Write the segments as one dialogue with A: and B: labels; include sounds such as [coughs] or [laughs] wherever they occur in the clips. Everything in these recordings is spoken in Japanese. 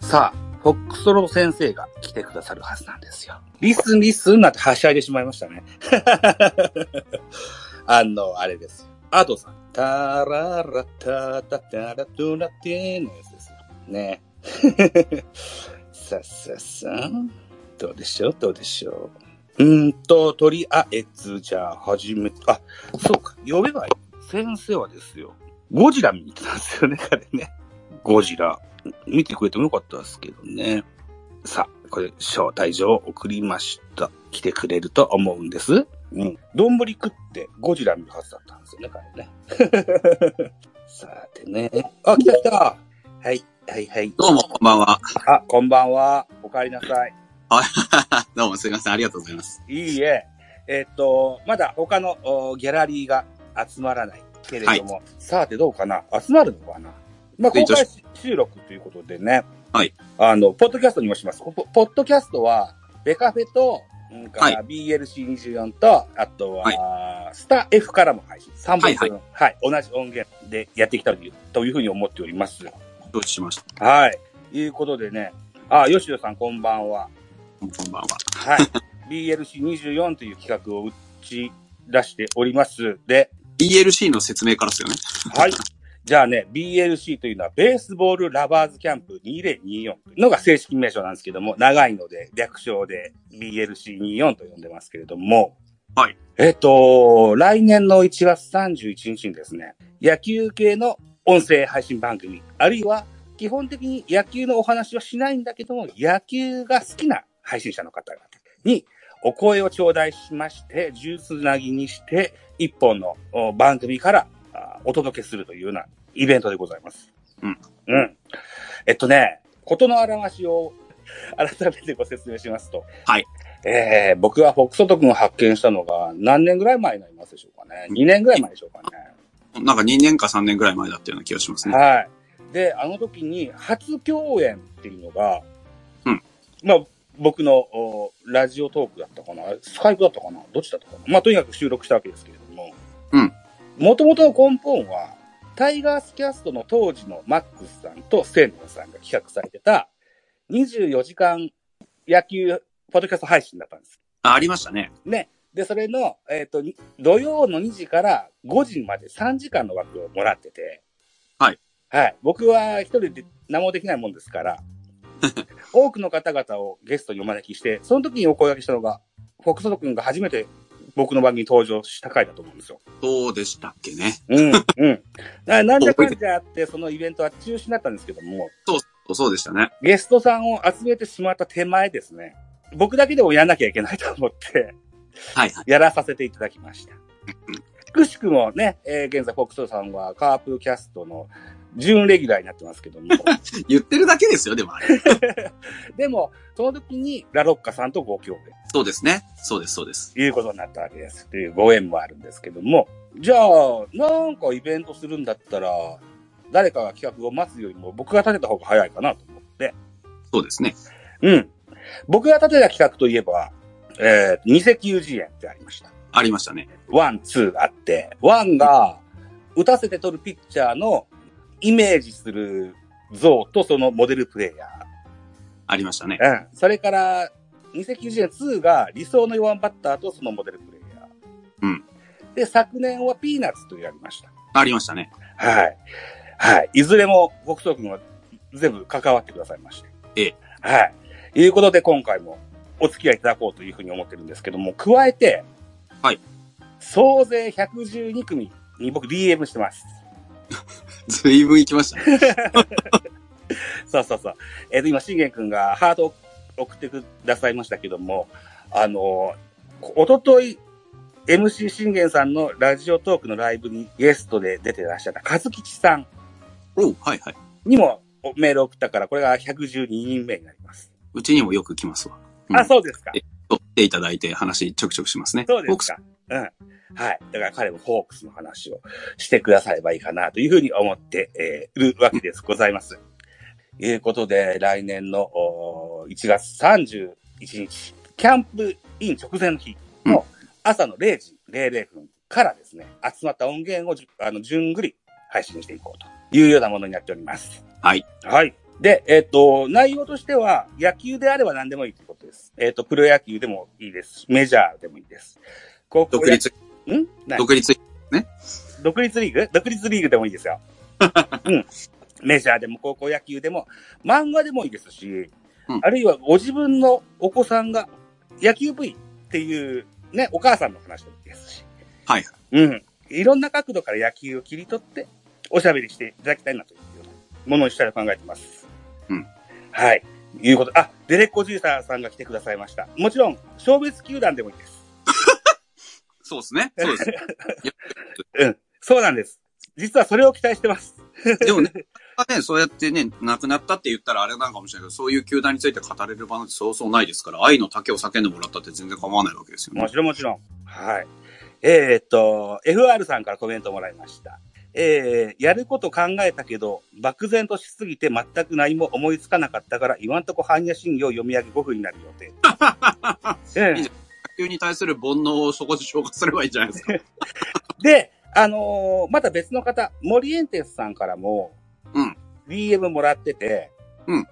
A: さあ、フォックストロー先生が来てくださるはずなんですよ。リスンリスンなんてはしゃいでしまいましたね。 [laughs] あの、あれですよ。アドさん。タララタタタラトゥラティーのやつですよ。ね。さっさっさ。どうでしょうどうでしょう。うーんと、とりあえず、じゃあ、始め、あ、そうか、呼べばいい。先生はですよ、ゴジラ見に行ってたんですよね、彼ね。ゴジラ。見てくれてもよかったですけどね。さあ、これ、招待状を送りました。来てくれると思うんです。うん。丼食ってゴジラ見るはずだったんですよね、彼ね。 [laughs] さてね。あ、来た来たはい、はい、はい。
B: どうも、こんばんは。 [laughs]
A: あ、こんばんは。お帰りなさい。
B: あどうも、すいません。ありがとうございます。
A: いいえ。えっと、まだ他のおギャラリーが集まらないけれども、さてどうかな集まるのかなまあ、
B: ツイ
A: 公
B: ートし
A: 開収録ということでね。
B: はい。
A: あの、ポッドキャストにもします。こポポッドキャストは、ベカフェと、うんか
B: は
A: ら BLC24 と、あとは、スタ F からも配信。3本分、は
B: はいい
A: 同じ音源でやっていきたいというというふうに思っております。
B: 承知しました。
A: はい。いうことでね。あ、吉野さんこんばんは。
B: こんばんは。
A: はい。BLC24 という企画を打ち出しております。で、
B: BLC の説明からですよね。
A: はい。じゃあね、BLC というのは、ベースボールラバーズキャンプ2024というのが正式名称なんですけども、長いので、略称で BLC24 と呼んでますけれども、
B: はい。
A: えっと、来年の1月31日にですね、野球系の音声配信番組、あるいは基本的に野球のお話はしないんだけども、野球が好きな配信者の方々にお声を頂戴しまして、十つなぎにして、一本のお番組からあお届けするというようなイベントでございます。
B: うん。
A: うん。えっとね、ことの表しを [laughs] 改めてご説明しますと。
B: はい。
A: えー、僕はフォックソト君を発見したのが何年ぐらい前になりますでしょうかね。2年ぐらい前でしょうかね。
B: なんか2年か3年ぐらい前だったような気がしますね。
A: はい。で、あの時に初共演っていうのが、
B: うん。
A: まあ、僕のおラジオトークだったかな、スカイプだったかな、どっちだったかな。まあ、とにかく収録したわけですけれども、
B: うん。
A: もともとの根本は、タイガースキャストの当時のマックスさんとステンドンさんが企画されてた、24時間野球ポッドキャスト配信だったんです。
B: あありましたね。
A: ね。で、それの、えっ、と、に土曜の2時から5時まで3時間の枠をもらってて。
B: はい。
A: はい。僕は一人で何もできないもんです
B: [laughs]
A: から、多くの方々をゲストにお招きして、その時にお声掛けしたのが、フォックソト君が初めて僕の番組に登場した回だと思うんですよ。
B: どうでしたっけね。
A: うん、
B: [laughs]
A: うん。ななんじゃかんじゃあって、そのイベントは中止になったんですけども、
B: そうそうでしたね。
A: ゲストさんを集めてしまった手前ですね、僕だけでもやんなきゃいけないと思って、
B: はいはい。
A: やらさせていただきました
B: うん。
A: くしくもね、えー現在、フォックスさんはカープキャストの準レギュラーになってますけども、
B: 言ってるだけですよ、でもあれ。
A: でも、その時にラロッカさんとご共演
B: そうですね。そうです、そうです。
A: ということになったわけです。というご縁もあるんですけども、じゃあ、なんかイベントするんだったら、誰かが企画を待つよりも僕が立てた方が早いかなと思って、
B: そうですね。
A: うん。僕が立てた企画といえば、えー、偽求人園ってありました。
B: ありましたね。
A: ワン、ツーあって、ワンが打たせて取るピッチャーのイメージする像とそのモデルプレイヤ
B: ありましたね。
A: ー。うん。それから、2090年2が理想の4番バッターとそのモデルプレイヤー。
B: うん。
A: で、昨年はピーナッツとやりました。
B: ありましたね。
A: はい。はい。いずれも、北斗君は全部関わってくださいまして。
B: ええ
A: はい。いうことで、今回もお付き合いいただこうというふうに思ってるんですけども、加えて、
B: はい。
A: 総勢112組に僕 DM してます。
B: ずいぶん行きましたね。
A: そうそうそう。えっ、と、今、信玄君がハートを送ってくださいましたけども、あの、おととい、MC 信玄さんのラジオトークのライブにゲストで出てらっしゃった、和吉さん。
B: おう、はいはい。
A: にもメールを送ったから、これが112人目になります。
B: うちにもよく来ますわ。うん
A: あ、そうですか。
B: 撮っていただいて話ちょくちょくしますね。
A: そうで
B: 僕
A: すか。うん。はい。だから彼もホークスの話をしてくださればいいかなというふうに思って、えーいるわけです。ございます。いうことで、来年のおー1月31日、キャンプイン直前の日の朝の0時00分からですね、集まった音源をじゅあの順繰り配信していこうというようなものになっております。
B: はい。
A: はい。で、えっ、と、内容としては、野球であれば何でもいいということです。えっ、と、プロ野球でもいいです。メジャーでもいいです。高校
B: 独
A: 野
B: 立、
A: んない
B: 独立、
A: 独立リーグ独立リーグでもいい
B: [laughs]
A: ですよ。うん。メジャーでも高校野球でも、漫画でもいいですし、
B: うん
A: あるいはご自分のお子さんが野球部員っていうね、お母さんの話でもいいですし、
B: はい。
A: うん。いろんな角度から野球を切り取って、おしゃべりしていただきたいなというようなものにしたら考えてます。
B: うん。
A: はい。いうこと。あ、デレッコジーサーさんが来てくださいました。もちろん、消滅球団でもいいです。
B: そうですね。そうです。
A: うん。そうなんです。実はそれを期待してます。
B: [laughs] でもね、ね、そうやってね、亡くなったって言ったらあれなのかもしれないけど、そういう球団について語れる場なんてそうそうないですから、愛の丈を叫んでもらったって全然構わないわけですよ
A: も
B: ね。
A: ちろんもちろん。はい。えーっと、FR さんからコメントもらいました。えー、やること考えたけど、漠然としすぎて全く何も思いつかなかったから、今んとこ般若心経を読み上げ5分になる予
B: [laughs]
A: 定。ええ
B: 野球に対する煩悩をそこで消化すればいいんじゃないですか。 [laughs]
A: で、あのーまた別の方、モリエンテスさんからも、
B: うん。
A: DM もらってて、
B: うん。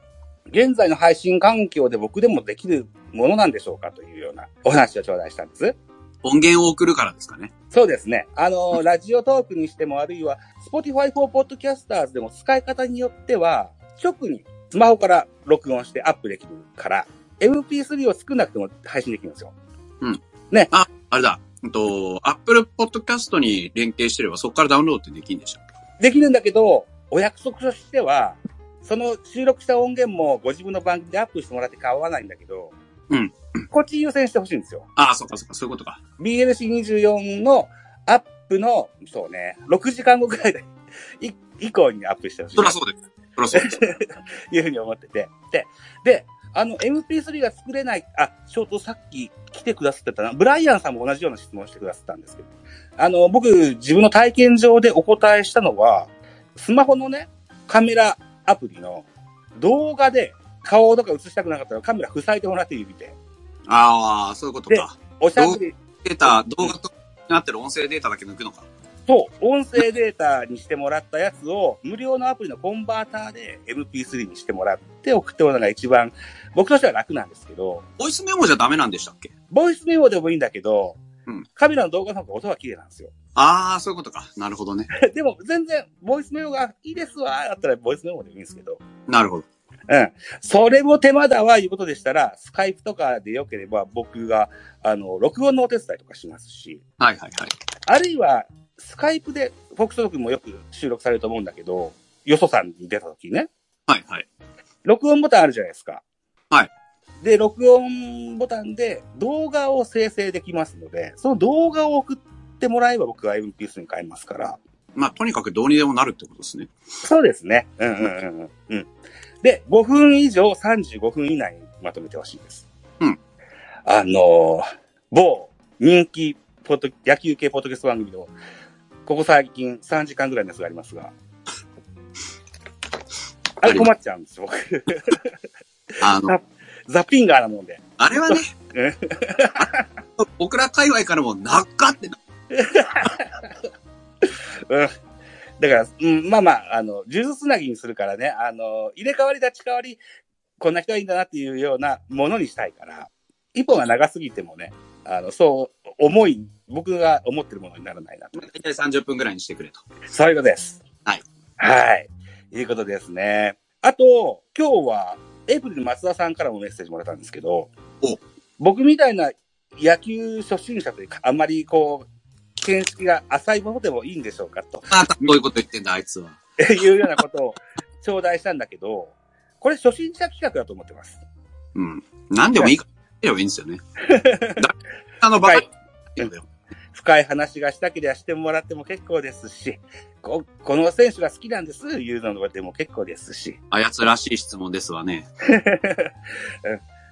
A: 現在の配信環境で僕でもできるものなんでしょうかというようなお話を頂戴したんです。
B: 音源を送るからですかね。
A: そうですね。あのー、ラジオトークにしても、あるいは、Spotify for Podcasters でも使い方によっては、直にスマホから録音してアップできるから、MP3 を少なくとも配信できるんですよ。
B: あ、あれだ。うんと、Apple Podcast に連携してればそこからダウンロードってできるんでしょ
A: できるんだけど、お約束としては、その収録した音源もご自分の番組でアップしてもらって構わないんだけど、
B: うん。
A: こっち優先してほしいんですよ。
B: ああ、そっかそっか、そういうことか。
A: BLC24 のアップの、そうね、6時間後くらいで、い以降にアップしてほしい。
B: そりゃそうです。そりゃそうです。
A: いうふうに思ってて。で、で、あの、MP3 が作れない、あ、ショートさっき来てくださってたな。ブライアンさんも同じような質問してくださったんですけど。あの、僕、自分の体験上でお答えしたのは、スマホのね、カメラアプリの動画で顔とか映したくなかったらカメラ塞いでもらって指で。
B: ああ、そういうことか。
A: おしゃべり、
B: データ、動画となってる音声データだけ抜くのか。
A: そう、音声データにしてもらったやつを、無料のアプリのコンバーターで MP3 にしてもらって送ってもらうのが一番、僕としては楽なんですけど、
B: ボイスメモじゃダメなんでしたっけ
A: ボイスメモでもいいんだけど、
B: うん
A: カメラの動画の方が音は綺麗なんですよ。 [laughs]
B: ああ、そういうことか。なるほどね。
A: でも全然、ボイスメモがいいですわ、だったらボイスメモでもいいんですけど。
B: なるほど。
A: うん。それも手間だわ、いうことでしたら、スカイプとかで良ければ僕が、あの、録音のお手伝いとかしますし、
B: はいはいはい。
A: あるいは、スカイプで、フォックストロ君もよく収録されると思うんだけど、よそさんに出た時ね、
B: はいはい。
A: 録音ボタンあるじゃないですか。
B: はい。
A: で、録音ボタンで動画を生成できますので、その動画を送ってもらえば僕は MP3 に変えますから。
B: まあ、とにかくどうにでもなるってことですね。
A: そうですね。うんうんうんうん。うん、で、5分以上35分以内にまとめてほしいです。
B: うん。
A: あのー某人気ポッド、野球系ポッドキャスト番組の、ここ最近3時間ぐらい [laughs] のやつがありますが、あれ困っちゃうんですよ。僕 [laughs]
B: あの、
A: ザ・ピンガーなもんで。
B: あれはね
A: え、
B: [laughs] 僕ら界隈からも、なっかってな、
A: だから、うん、まあまあ、あの、呪術つなぎにするからね、あの、入れ替わり立ち替わり、こんな人がいいんだなっていうようなものにしたいから、一本が長すぎてもね、あの、そう、重い、僕が思ってるものにならないなと。
B: 大体30分ぐらいにしてくれと。
A: そういうことです。
B: はい。
A: はい。いうことですね。あと、今日は、エイプリル松田さんからもメッセージもらったんですけど
B: お、
A: 僕みたいな野球初心者というか、あんまりこう、見識が浅いものでもいいんでしょうかと。
B: あた、どういうこと言ってんだ、あいつは。
A: っていうようなことを頂戴したんだけど、これ初心者企画だと思ってます。
B: うん。何でもいいから、言えばいいんですよね。
A: [laughs]
B: だあの、バカ、
A: はい
B: 言うんだよ
A: 深い話がしたければしてもらっても結構ですし、ここの選手が好きなんです、いうのでも結構ですし、
B: あやつらしい質問ですわね。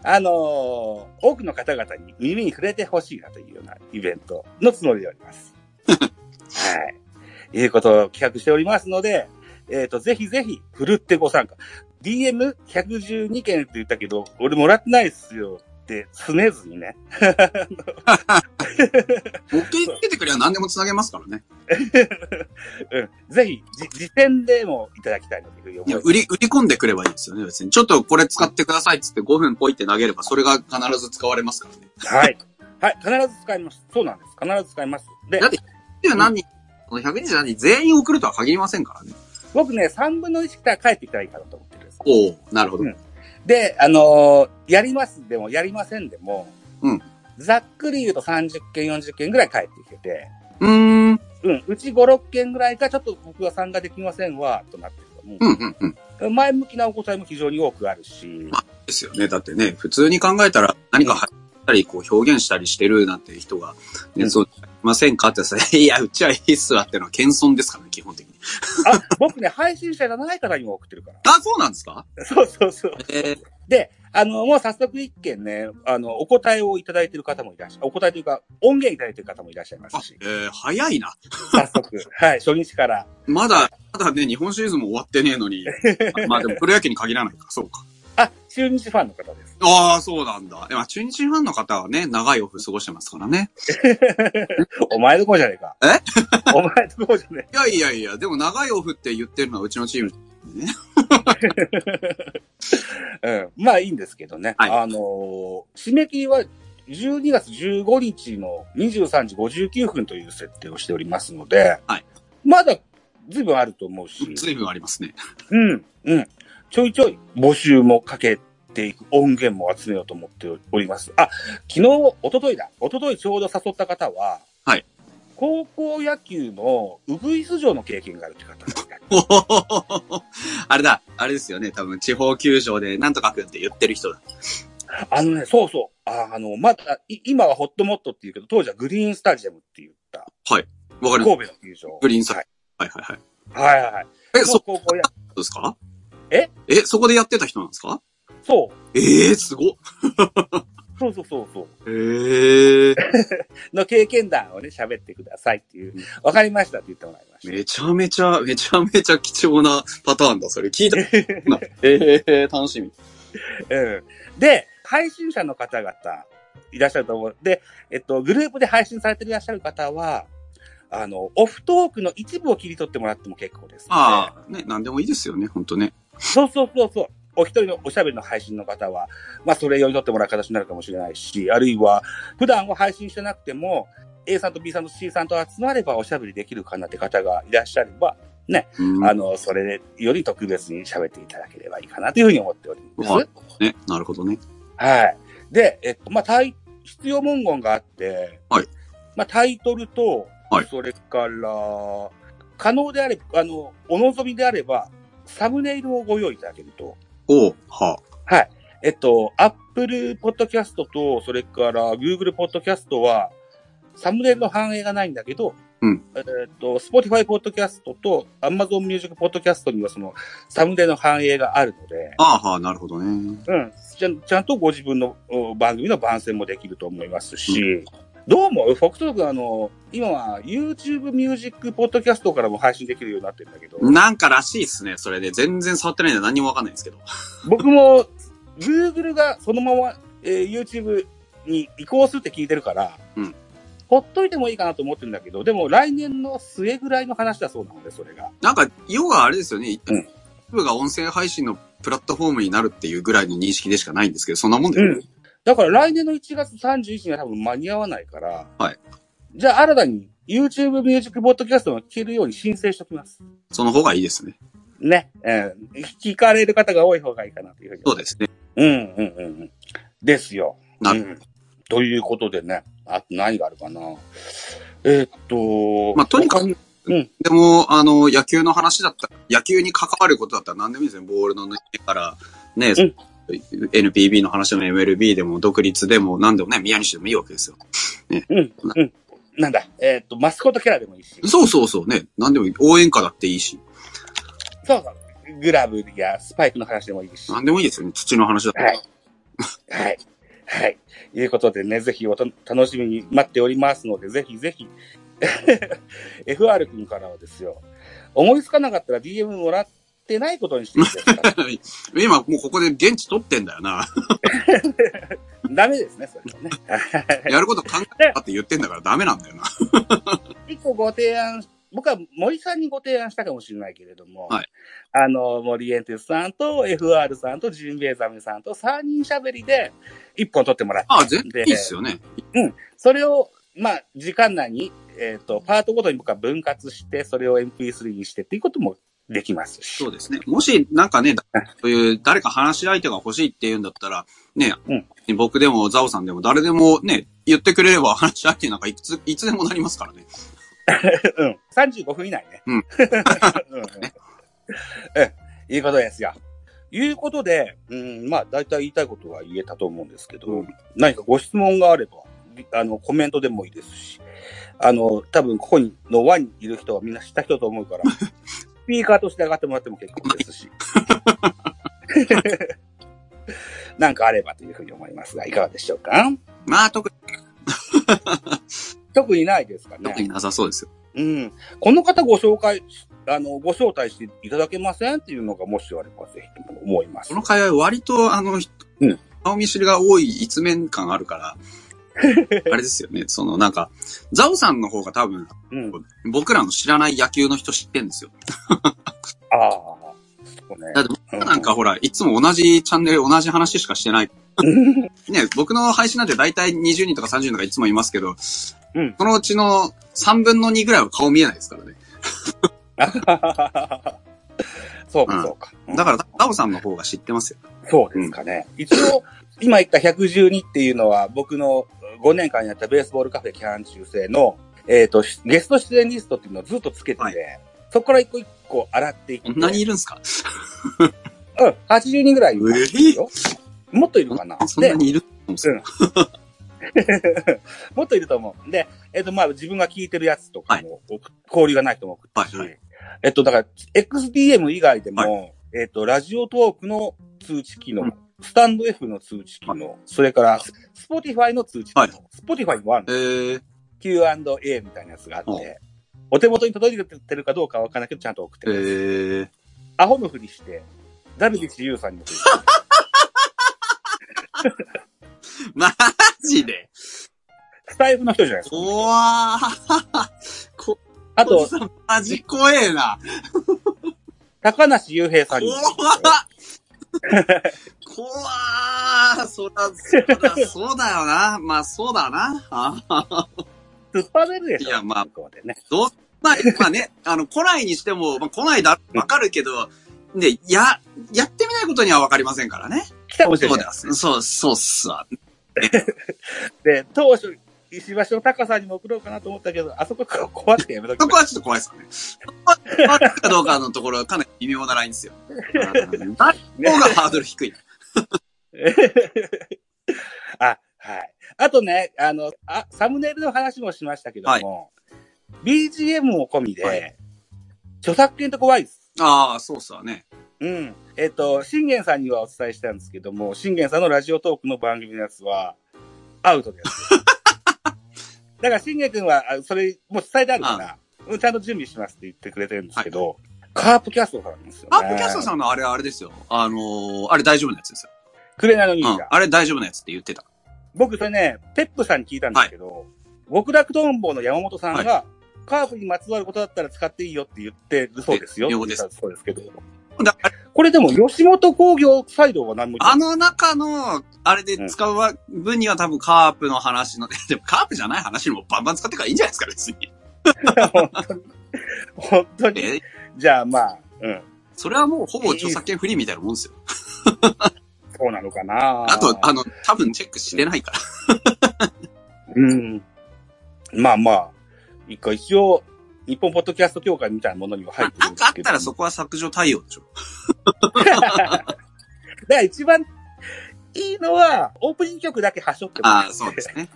A: あのー多くの方々に耳に触れてほしいなというようなイベントのつもりでおります。はい。いうことを企画しておりますので、えっ、と、ぜひぜひ、ふるってご参加。DM112 件って言ったけど、俺もらってないっすよ。って拗ねずにね。
B: 持って行っててくれば何でも繋げますからね。
A: うん、ぜひ、じ時点でもいただきたいなというふう
B: い
A: に
B: や、
A: 思い
B: 売り、売り込んでくればいいですよね、別に。ちょっとこれ使ってくださいっつって5分ポイって投げれば、それが必ず使われますからね。
A: ます。はい。はい、必ず使います。そうなんです。必ず使います。で
B: だ、って1何人、この100人何人全員送るとは限りませんからね。
A: 僕ね、3分の1来たら帰ってきたらいいかなと思ってるんです。
B: おおなるほど。
A: うんで、あのーやりますでも、やりませんでも、
B: うん
A: ざっくり言うと30件、40件ぐらい帰ってきてて、
B: うーん。うん、
A: うん、うち5、6件ぐらいがちょっと僕は参加できませんわ、となってるけども、
B: うん、うん。
A: 前向きなお答えも非常に多くある
B: [laughs]
A: し、
B: ですよね。だってね、普通に考えたら何か入ったり、こう表現したりしてるなんて人が、
A: う
B: ね、
A: ん
B: そう、いませんかってさ、 [laughs] いや、うちはいいっすわってのは謙遜ですからね、基本的に。
A: あ、僕ね、配信者じゃない方にも送ってる
B: [laughs]
A: から。
B: あ、そうなんですか
A: そうそうそう。
B: えー
A: で、あの、もう早速一件ね、あの、お答えをいただいてる方もいらっしゃお答えというか、音源いただいてる方もいらっしゃいま
B: あ
A: すし、
B: えー早いな。
A: 早速、はい、初日から。
B: まだ、まだね、日本シリーズも終わってねえのに。 [laughs] まあでも、プロ野球に限らないか、そうか。
A: あ、中日ファンの方です。
B: ああ、そうなんだ。えまあ、中日ファンの方はね、長いオフ過ごしてますからね。
A: [laughs] お前のこじゃねえか。え [laughs] お前のこじゃね
B: いやいやいや、でも長いオフって言ってるのはうちのチーム。
A: え。うん。まあいいんですけどね。
B: はい
A: あのー締め切りは12月15日の23時59分という設定をしておりますので、
B: はい
A: まだ随分あると思うし、
B: 随分ありますね。
A: うん、うん。ちょいちょい募集もかけていく音源も集めようと思っております。あ、昨日、一昨日だ。一昨日ちょうど誘った方は、
B: はい。
A: 高校野球のウグイス城の経験があるって方ですね。
B: おほほほほほ [laughs] あれだ、あれですよね。多分、地方球場で、なんとかくんって言ってる人だ。
A: あのね、そうそう。ああの、まだ、い今はホットモットって言うけど、当時はグリーンスタジアムって言った。
B: わかり
A: 神
B: ます。
A: 戸の球場。
B: グリーンサイ
A: は
B: ド
A: い。
B: はいはいはい。
A: はいはいはい。
B: え、
A: の
B: そ
A: 高校や、
B: うですか
A: え
B: え、そこでやってた人なんですか
A: そう。
B: ええー、すごっ。
A: そうそうそうそう。
B: ええー、
A: の経験談をね、喋ってくださいっていう。わかりましたって言ってもらいました。
B: めちゃめちゃ、めちゃめちゃ貴重なパターンだ、それ。聞
A: [laughs]
B: いたことない。ええー、楽しみ。
A: うん。で、配信者の方々、いらっしゃると思う。で、えっと、グループで配信されていらっしゃる方は、あの、オフトークの一部を切り取ってもらっても結構です、
B: ああ、ね、なんでもいいですよね、ほんとね。
A: そうそうそうそう。お一人のおしゃべりの配信の方は、まあ、それ用に撮ってもらう形になるかもしれないし、あるいは、普段は配信してなくても、A さんと B さんと C さんと集まればおしゃべりできるかなって方がいらっしゃれば、
B: うん、
A: あの、それより特別に喋っていただければいいかなというふうに思っております。
B: はいね、なるほどね。
A: はい。で、えっと、まあ、タイ、必要文言があって、
B: はい。
A: まあ、タイトルと、
B: はい
A: それから、可能であれば、あの、お望みであれば、サムネイルをご用意いただけると、
B: おう、は
A: はい。えっと、Apple Podcast と、それから Google Podcast は、サムネイルの反映がないんだけど、
B: うん
A: えっと、Spotify Podcast と Amazon Music Podcast にはその、サムネイルの反映があるので、
B: あ、ああ、はあ、なるほどね。
A: うん、ちゃんちゃんとご自分のお番組の番宣もできると思いますし、どうも、フォクトロ君、あの、今は YouTube ミュージックポッドキャストからも配信できるようになってるんだけど、
B: なんからしいっすね、それで。全然触ってないんで何にもわかんないんですけど。
A: 僕も Google がそのまま、えー YouTube に移行するって聞いてるから、
B: うん
A: ほっといてもいいかなと思ってるんだけど、でも来年の末ぐらいの話だそうなので、それが。
B: なんか、要はあれですよね。一
A: うん
B: 部が音声配信のプラットフォームになるっていうぐらいの認識でしかないんですけど、そんなもんだよね。
A: だから来年の1月31日には多分間に合わないから、
B: はい
A: じゃあ新たに YouTube ミュージックポッドキャストが聞けるように申請しておきます。
B: その方がいいですね。
A: ね、えー聞かれる方が多い方がいいかなというふうに。
B: そうですね。
A: うんうんうんうん。ですよ。
B: なる
A: うんということでね、あと何があるかな。えーっと、
B: まあとにかく
A: 他に
B: でも、あの、野球の話だったら、野球に関わることだったら何でもいいですね。ボールの抜けから、ね、
A: ん
B: NPB の話でも MLB でも、独立でも、何でもね、宮西でもいいわけですよ。
A: うん、うん。なんだ、えーっと、マスコットキャラでもいいし、
B: そうそうそうね。何でもいい。応援歌だっていいし。
A: そうそう、グラブやスパイクの話でもいいし。
B: 何でもいいですよね。土の話だったら。 [laughs]
A: はい。はい。はい。いうことでね、ぜひおと楽しみに待っておりますので、ぜひ [laughs] ぜひ。FR 君からはですよ、思いつかなかったら DM もらってないことにしていいですか
B: 今、もうここで現地取ってんだよな。
A: ダメですね、それはね。
B: やること考えたって言ってんだからダメなんだよな。
A: 一個ご提案、僕は森さんにご提案したかもしれないけれども、
B: はい
A: あの、森エンテスさんと FR さんとジンベエザメさんと3人喋りで一本撮ってもらって、
B: ああ、全然いいっすよね。
A: それを、まあ、時間内に、えっ、と、パートごとに僕は分割して、それを MP3 にしてっていうこともできますし。
B: そうですね。もし、なんかね、だそういう、誰か話し相手が欲しいって言うんだったら、ね、僕でも、ザオさんでも、誰でもね、言ってくれれば話し相手なんかいつ、いつでもなりますからね。
A: うん。35分以内ね。 [laughs]
B: うん
A: うん。うん。いうことですよ。いうことで、うん、まあ、大体言いたいことは言えたと思うんですけど、
B: うん
A: 何かご質問があれば、りあの、コメントでもいいですし、あの、多分、ここに、の輪にいる人はみんな知った人と思うから、
B: [laughs]
A: スピーカーとして上がってもらっても結構ですし。 [laughs] なんかあればというふうに思いますが、いかがでしょうか
B: まあ、特に、
A: 特にないですかね。
B: 特になさそうですよ。
A: うん。この方ご紹介し、あの、ご招待していただけませんっていうのがもしあればぜひとも思います
B: こ。の会話、割と、あの、
A: うん
B: 顔見知りが多い一面感あ
A: [laughs]
B: るから、あれですよね。その、なんか、ザオさんの方が多分、
A: うん。
B: 僕らの知らない野球の人知ってんですよ。
A: ああ、そうね。
B: だって僕らなんかほら、いつも同じチャンネル同じ話しかしてない。
A: うん。
B: ね、僕の配信なんて大体20人とか30人とかいつもいますけど、
A: うん
B: そのうちの3分の2ぐらいは顔見えないですからね。
A: [laughs] そうか、そうか。
B: だから、ダオさんの方が知ってますよ。
A: そうですかね。一応、今言った112っていうのは、僕の5年間やったベースボールカフェキャン中制の、えっ、と、しゲスト出演リストっていうのをずっとつけてて、
B: はい
A: そこから一個一個洗っていって、
B: こんなにいるんすか
A: うん、80人ぐらいいますよ。もっといるかな。
B: そんなにいるんですか
A: [laughs] もっといると思う。で、えっ、と、まあ、自分が聞いてるやつとかも、交流がない人も送ってるし、
B: はいは
A: えっと、だから、XDM 以外でも、えっと、ラジオトークの通知機能、
B: うん
A: スタンド F の通知機能、それから、スポティファイの通知機能、
B: はい
A: スポティファイもある
B: え
A: の、
B: ー、
A: Q&A みたいなやつがあって、
B: うん
A: お手元に届いてるかどうかはわからないけど、ちゃんと送ってく
B: え
A: れる。
B: ー、
A: アホのふりして、ダルビッチユーさんに送る。
B: マジで
A: スタイフの人じゃないですか。
B: 怖ー。こ
A: あ
B: お
A: と
B: じ、さんマジ怖えな。
A: 高梨雄平さんに
B: 怖
A: も
B: っ
A: 送る。
B: 怖ー。そら、そら、そうだよな。まあ、そうだな。あ
A: 突っ張れるでしょ。
B: いやまあ
A: 向こうでね。
B: まあ、まあね、あの、来ないにしても、まあ、来ないだ、わかるけど、ね、や、やってみないことにはわかりませんからね。
A: 来たかもしれ
B: そ
A: ない。
B: うです。そう、そうっすわ。
A: で、当初、石橋の高さんにも送ろうかなと思ったけど、あそこ怖くてやめとき
B: そこ
A: ま
B: はちょっと怖いっすよね。そこは、あるかどうかのところはかなり微妙なラインですよ。うん誰の方がハードル低い。
A: した。 [laughs] あ、はい。あとね、あの、あ、サムネイルの話もしましたけども、BGM も込みで、
B: はい
A: 著作権って怖いです。
B: ああ、そうっすわね。
A: うん。えっ、と、信玄さんにはお伝えしたんですけども、信玄さんのラジオトークの番組のやつは、アウト
B: [laughs]
A: です。だから信玄君は、あそれ、もう伝えてあるから、うんちゃんと準備しますって言ってくれてるんですけど、カープキャストさんなんですよ、ね。
B: アップキャストさんのあれ、あれですよ。あのーあれ大丈夫なやつですよ。
A: くれなの忍
B: うん
A: 者。。
B: あれ大丈夫なやつって言ってた。
A: 僕、それね、ペップさんに聞いたんですけど、極楽どんぼの山本さんが、カープにまつわることだったら使っていいよって言ってるそうですよ。
B: え了解です
A: そうですけど。
B: だ
A: これでも、吉本工業サイドは何も言っ
B: あ
A: てない
B: の中の、あれで使うわ分には多分カープの話の、でもカープじゃない話にもバンバン使ってからいいんじゃないですか、別に。
A: 本当に。 [laughs] 本当に。
B: え
A: じゃあ、まあ、うん。
B: それはもうほぼ著作権フリーみたいなもんですよ。
A: そうなのかな
B: あと、あの、多分チェックしてないから。
A: うん。まあまあ、一回一応、日本ポッドキャスト協会みたいなものには入って
B: [laughs] な
A: る
B: ん
A: んで
B: かあ
A: す
B: っ
A: けど。
B: たらそこは削除対応でしょ。
A: だから一番いいのは、オープニング曲だけ端折ってもら
B: あ
A: う
B: あ、そうですね。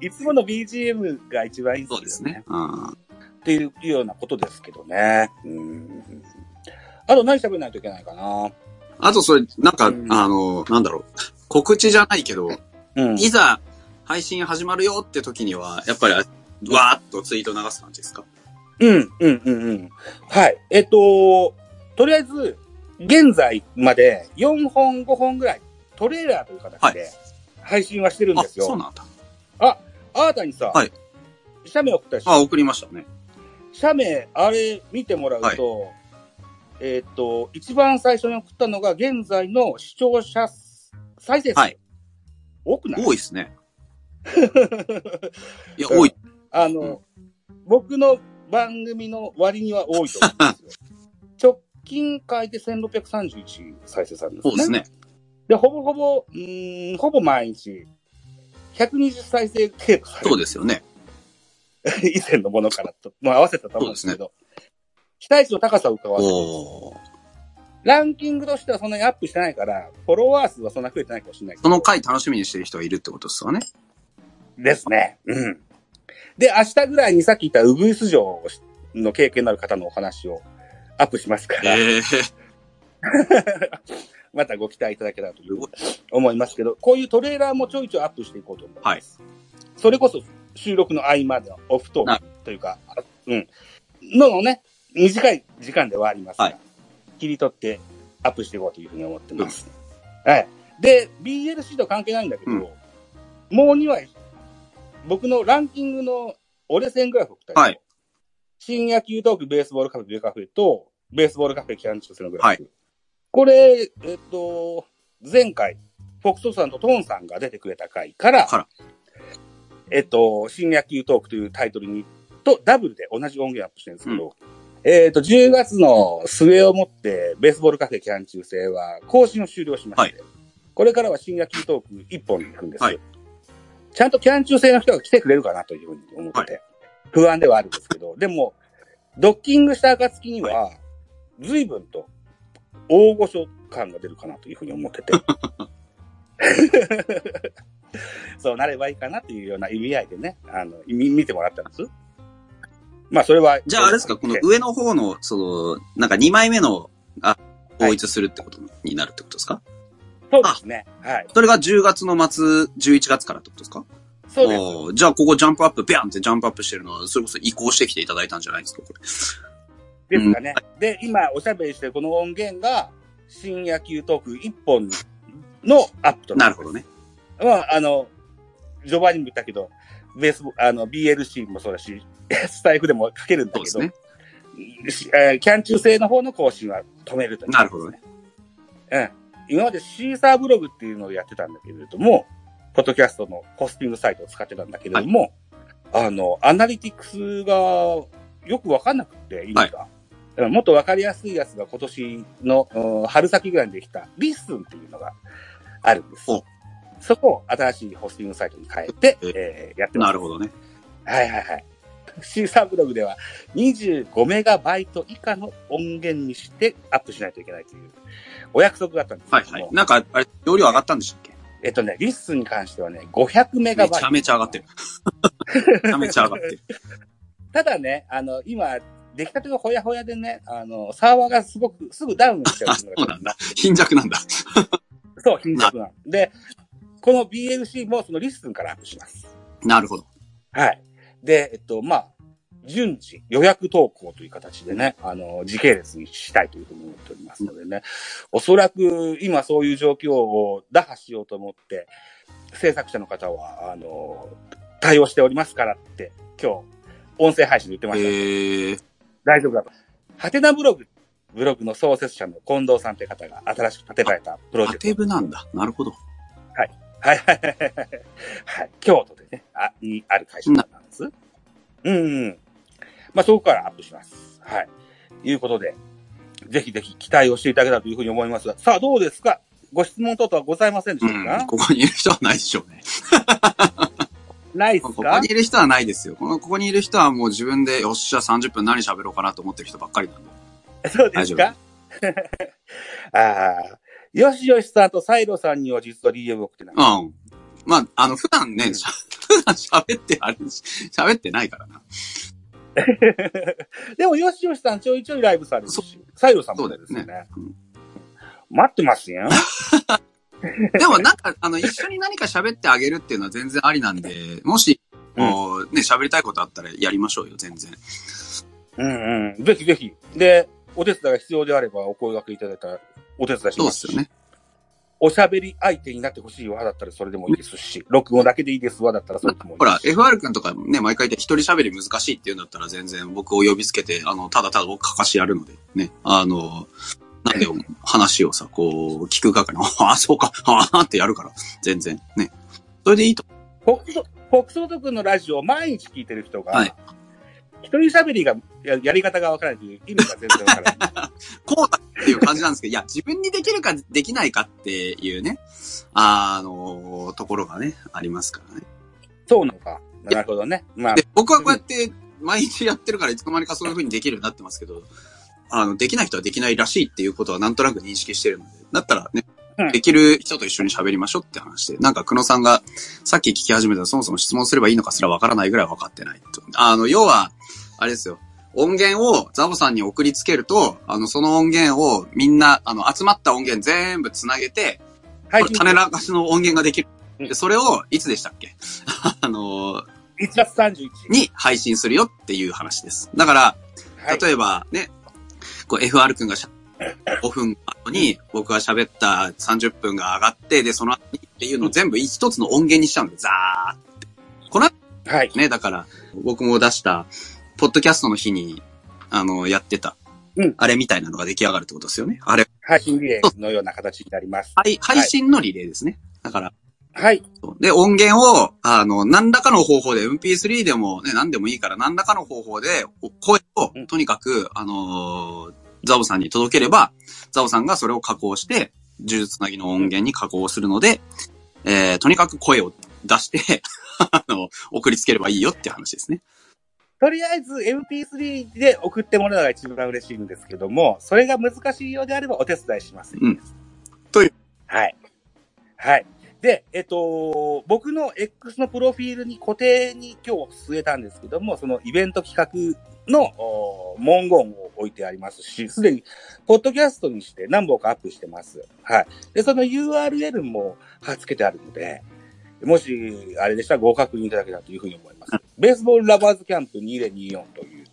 A: いつもの BGM が一番いい
B: [laughs] そうですね。。うん。
A: っていうようなことですけどね。うん。あと何喋らないといけないかな。
B: あとそれ、なんか、
A: うん
B: あの、なんだろう。告知じゃないけど、
A: うん。
B: いざ配信始まるよって時には、やっぱり、わーっとツイート流す感じですか
A: うん、うん、うん、うん。はい。えっと、とりあえず、現在まで4本、5本ぐらい、トレーラーという形で、配信はしてるん
B: あ
A: で、す
B: そう
A: よ。
B: なんだ。
A: あなたにさ、
B: はい
A: 写メ送ったでしょ
B: あ、送りましたね。
A: 写メ、あれ見てもらうと、えーっと、一番最初に送ったのが、現在の視聴者再生数。
B: はい
A: 多くない [laughs]
B: 多いですね。いや、
A: うん
B: 多い。
A: あの、
B: うん
A: 僕の番組の割には多いと思うんです
B: [laughs]
A: よ。直近回で1631再生されるんですね。
B: そうですね。
A: で、ほぼほぼ、うーん、ほぼ毎日、120再生程度され
B: そう
A: る。
B: ですよね。
A: 以前のものからと、まあ合わせたと思うんですけど、期待値の高さを伺わせて
B: おー
A: ランキングとしてはそんなにアップしてないから、フォロワー数はそんな増えてないかもしれないけど
B: その回楽しみにしてる人がいるってことですよね。
A: ですね。うん。で、明日ぐらいにさっき言ったウグイス城の経験のある方のお話をアップしますから、
B: ええ
A: またご期待いただけたらという思いますけど、こういうトレーラーもちょいちょいアップしていこうと思います。それこそ収録の合間のオフトー
B: な
A: クというか、あうん。ののね、短い時間ではありますが、
B: はい
A: 切り取ってアップしていこうというふうに思ってます。はい。で、BLC と関係ないんだけど、
B: うん
A: もう2話、僕のランキングの折れ線グラフを送ったりと
B: はい
A: 新野球トーク、ベースボールカフェ、ビューカフェと、ベースボールカフェ、キャンチュースのグラフ。
B: はい
A: これ、えっと、前回、フォックソさんとトーンさんが出てくれた回から、
B: から
A: えっと、新野球トークというタイトルに、とダブルで同じ音源アップしてるんですけど、えっと、10月の末をもって、ベースボールカフェキャン中制は更新を終了しまして、これからは新野球トーク1本に行くんですよ。
B: はい
A: ちゃんとキャン中制の人が来てくれるかなというふうに思ってて、不安ではあるんですけど、で [laughs] も、ドッキングした暁には、随分と大御所感が出るかなというふうに思
B: [laughs]
A: ってて。そうなればいいかなというような意味合いでね、あの、み見てもらったんです。まあ、それは。
B: じゃああれですか、この上の方の、その、なんか2枚目の、あ、
A: はい
B: 統一するってことになるってことですか、
A: そうですね。はい。
B: それが10月の末、11月からってことですか
A: そうです。
B: おーじゃあここジャンプアップ、ビャンってジャンプアップしてるのは、それこそ移行してきていただいたんじゃないですか、これ。
A: ですかね。で、今おしゃべりしてるこの音源が、新野球トーク1本のアップと
B: な
A: なる
B: るほどね。
A: まあ、あの、序盤にも言ったけど、ベースボ、あの、BLC もそうだし、 [laughs] スタイフでも書けるんだ
B: そうで
A: け
B: す
A: ど、
B: ね。
A: しえーキャン中制の方の更新は止めるという、
B: なるほどね。
A: うん。今までシーサーブログっていうのをやってたんだけれども、ポッドキャストのホスティングサイトを使ってたんだけれども、あの、アナリティクスがよくわかんなくて、意味が。うんもっとわかりやすいやつが今年のうん春先ぐらいにできたリッスンっていうのがあるんです
B: お。
A: そこを新しいホスティングサイトに変えて、
B: え
A: えーやってます。
B: なるほどね。
A: はいはいはい。シーサーブログでは25メガバイト以下の音源にしてアップしないといけないというお約束だったんですけ
B: は
A: ど
B: い
A: も、
B: はい。なんか、あれ、容量上がったんでしたっけ
A: えっとね、リッスンに関してはね、500メガバ
B: め
A: イ
B: ち
A: ト
B: ゃ。めちゃ上がってる。めちゃめちゃ上が
A: [laughs]
B: ってる。
A: ただね、あの、今、出来たてがほやほやでね、あの、サーバーがすごく、すぐダウンしちゃうっていうのが
B: あそうなんだ貧弱なんだ。
A: そう、貧弱なの。で、この BLC もそのリッスンからアップします。
B: なるほど。
A: はい。で、えっと、まあ、順次、予約投稿という形でね、あの、時系列にしたいというふうに思っておりますのでね、おそらく今そういう状況を打破しようと思って、制作者の方は、あの、対応しておりますからって、今日、音声配信で言ってました。
B: へえー。
A: 大丈夫だと。ハテナブログ、ブログの創設者の近藤さんという方が新しく立てられたプロジェ
B: ア
A: クト。
B: テブなんだ。なるほど。
A: はいはいはいはいはい。はい。京都でね、あ、にある会社なんです。うん、うん。まあ、そこからアップします。はい。いうことで、ぜひぜひ期待をしていただけたらというふうに思いますが、さあどうですかご質問等々はございませんで
B: う。
A: しょうんか、
B: ここにいる人はないでしょうね。
A: ないで
B: こ
A: す
B: こ
A: か
B: にいる人はないですよ。この、ここにいる人はもう自分で、よっしゃ、30分何喋ろうかなと思ってる人ばっかりなんで。
A: そうですかあ [laughs] あ。よしよしさんとサイロさんには実は DM 送ってない。
B: うん。まあ、あの、普段
A: う
B: ね、
A: ん
B: しゃ [laughs] 普段喋ってあれ、喋ってないからな。
A: でも、よしよしさんちょいちょいライブされるし、サイロさんも
B: そうだよねうん
A: 待ってますよ。
B: でもなんか、あの、一緒に何か喋ってあげるっていうのは全然ありなんで、もし、
A: うん
B: もうね、喋りたいことあったらやりましょうよ、全然。
A: うんうん。ぜひぜひ。で、お手伝いが必要であればお声掛けいただいたらお手伝いし
B: そう
A: ま。
B: ですすよね。
A: おしゃべり相手になってほしいわだったらそれでもいいですし、録音だけでいいですわだったらそれでもいい
B: ほら、FR 君とかね、毎回言って一人喋り難しいって言うんだったら全然僕を呼びつけて、あの、ただただ僕かかしやるので、ね。あの、なんで話をさ、こう、聞く係の、 [laughs] ああ、そうか、ああってやるから、全然。ね。それでいいと。
A: フォックス、フォックストート君のラジオを毎日聞いてる人が、
B: はい
A: 一人喋りがややり方がわからないという意味が全然わからない。
B: こうだっていう感じなんですけど、いや、自分にできるかできないかっていうね、あの、ところがね、ありますからね。
A: そうなの
B: [laughs]
A: か。なるほどね。まあ、
B: で、僕はこうやって毎日やってるからいつの間にかそういう風にできるようになってますけど、あの、できない人はできないらしいっていうことはなんとなく認識してるので、だったらね
A: うん、
B: できる人と一緒に喋りましょうって話で、なんか久野さんがさっき聞き始めたらそもそも質問すればいいのかすらわからないぐらいわかってないと。あの、要は、あれですよ。音源をザボさんに送りつけると、あの、その音源をみんな、あの、集まった音源全部つなげて、
A: は
B: これ種らかしの音源ができる。
A: うん
B: でそれを、いつでしたっけ [laughs] あの、
A: 1月31。
B: に配信するよっていう話です。だから、
A: はい。
B: 例えばね、こう FR 君
A: [laughs]
B: がしゃ5分後に僕が喋った30分が上がって、で、その後にっていうのを全部一つの音源にしちゃうんで、ザーって。この後
A: はい。
B: ね、だから僕も出した、ポッドキャストの日に、あの、やってた、
A: うん
B: あれみたいなのが出来上がるってことですよね。あれ、
A: 配信リレーのような形になります。
B: 配配信のリレーですね。だから、
A: はい。
B: そうで、音源を、あの、何らかの方法で、MP3 でもね、何でもいいから、何らかの方法で、お声を
A: うん、
B: とにかく、あのーザオさんに届ければ、ザオさんがそれを加工して、呪術つなぎの音源に加工するので、えー、とにかく声を出して、 [laughs] あの、送りつければいいよって話ですね。
A: とりあえず MP3 で送ってもらうのが一番嬉しいんですけども、それが難しいようであればお手伝いします。
B: うんという。
A: はい。はい。で、えっと、僕の X のプロフィールに固定に今日据えたんですけども、そのイベント企画のお文言を置いてありますし、すでに、ポッドキャストにして何本かアップしてます。はい。で、その URL も貼っ付けてあるので、もし、あれでしたらご確認いただけたらというふうに思います。ベースボールラバーズキャンプ2024という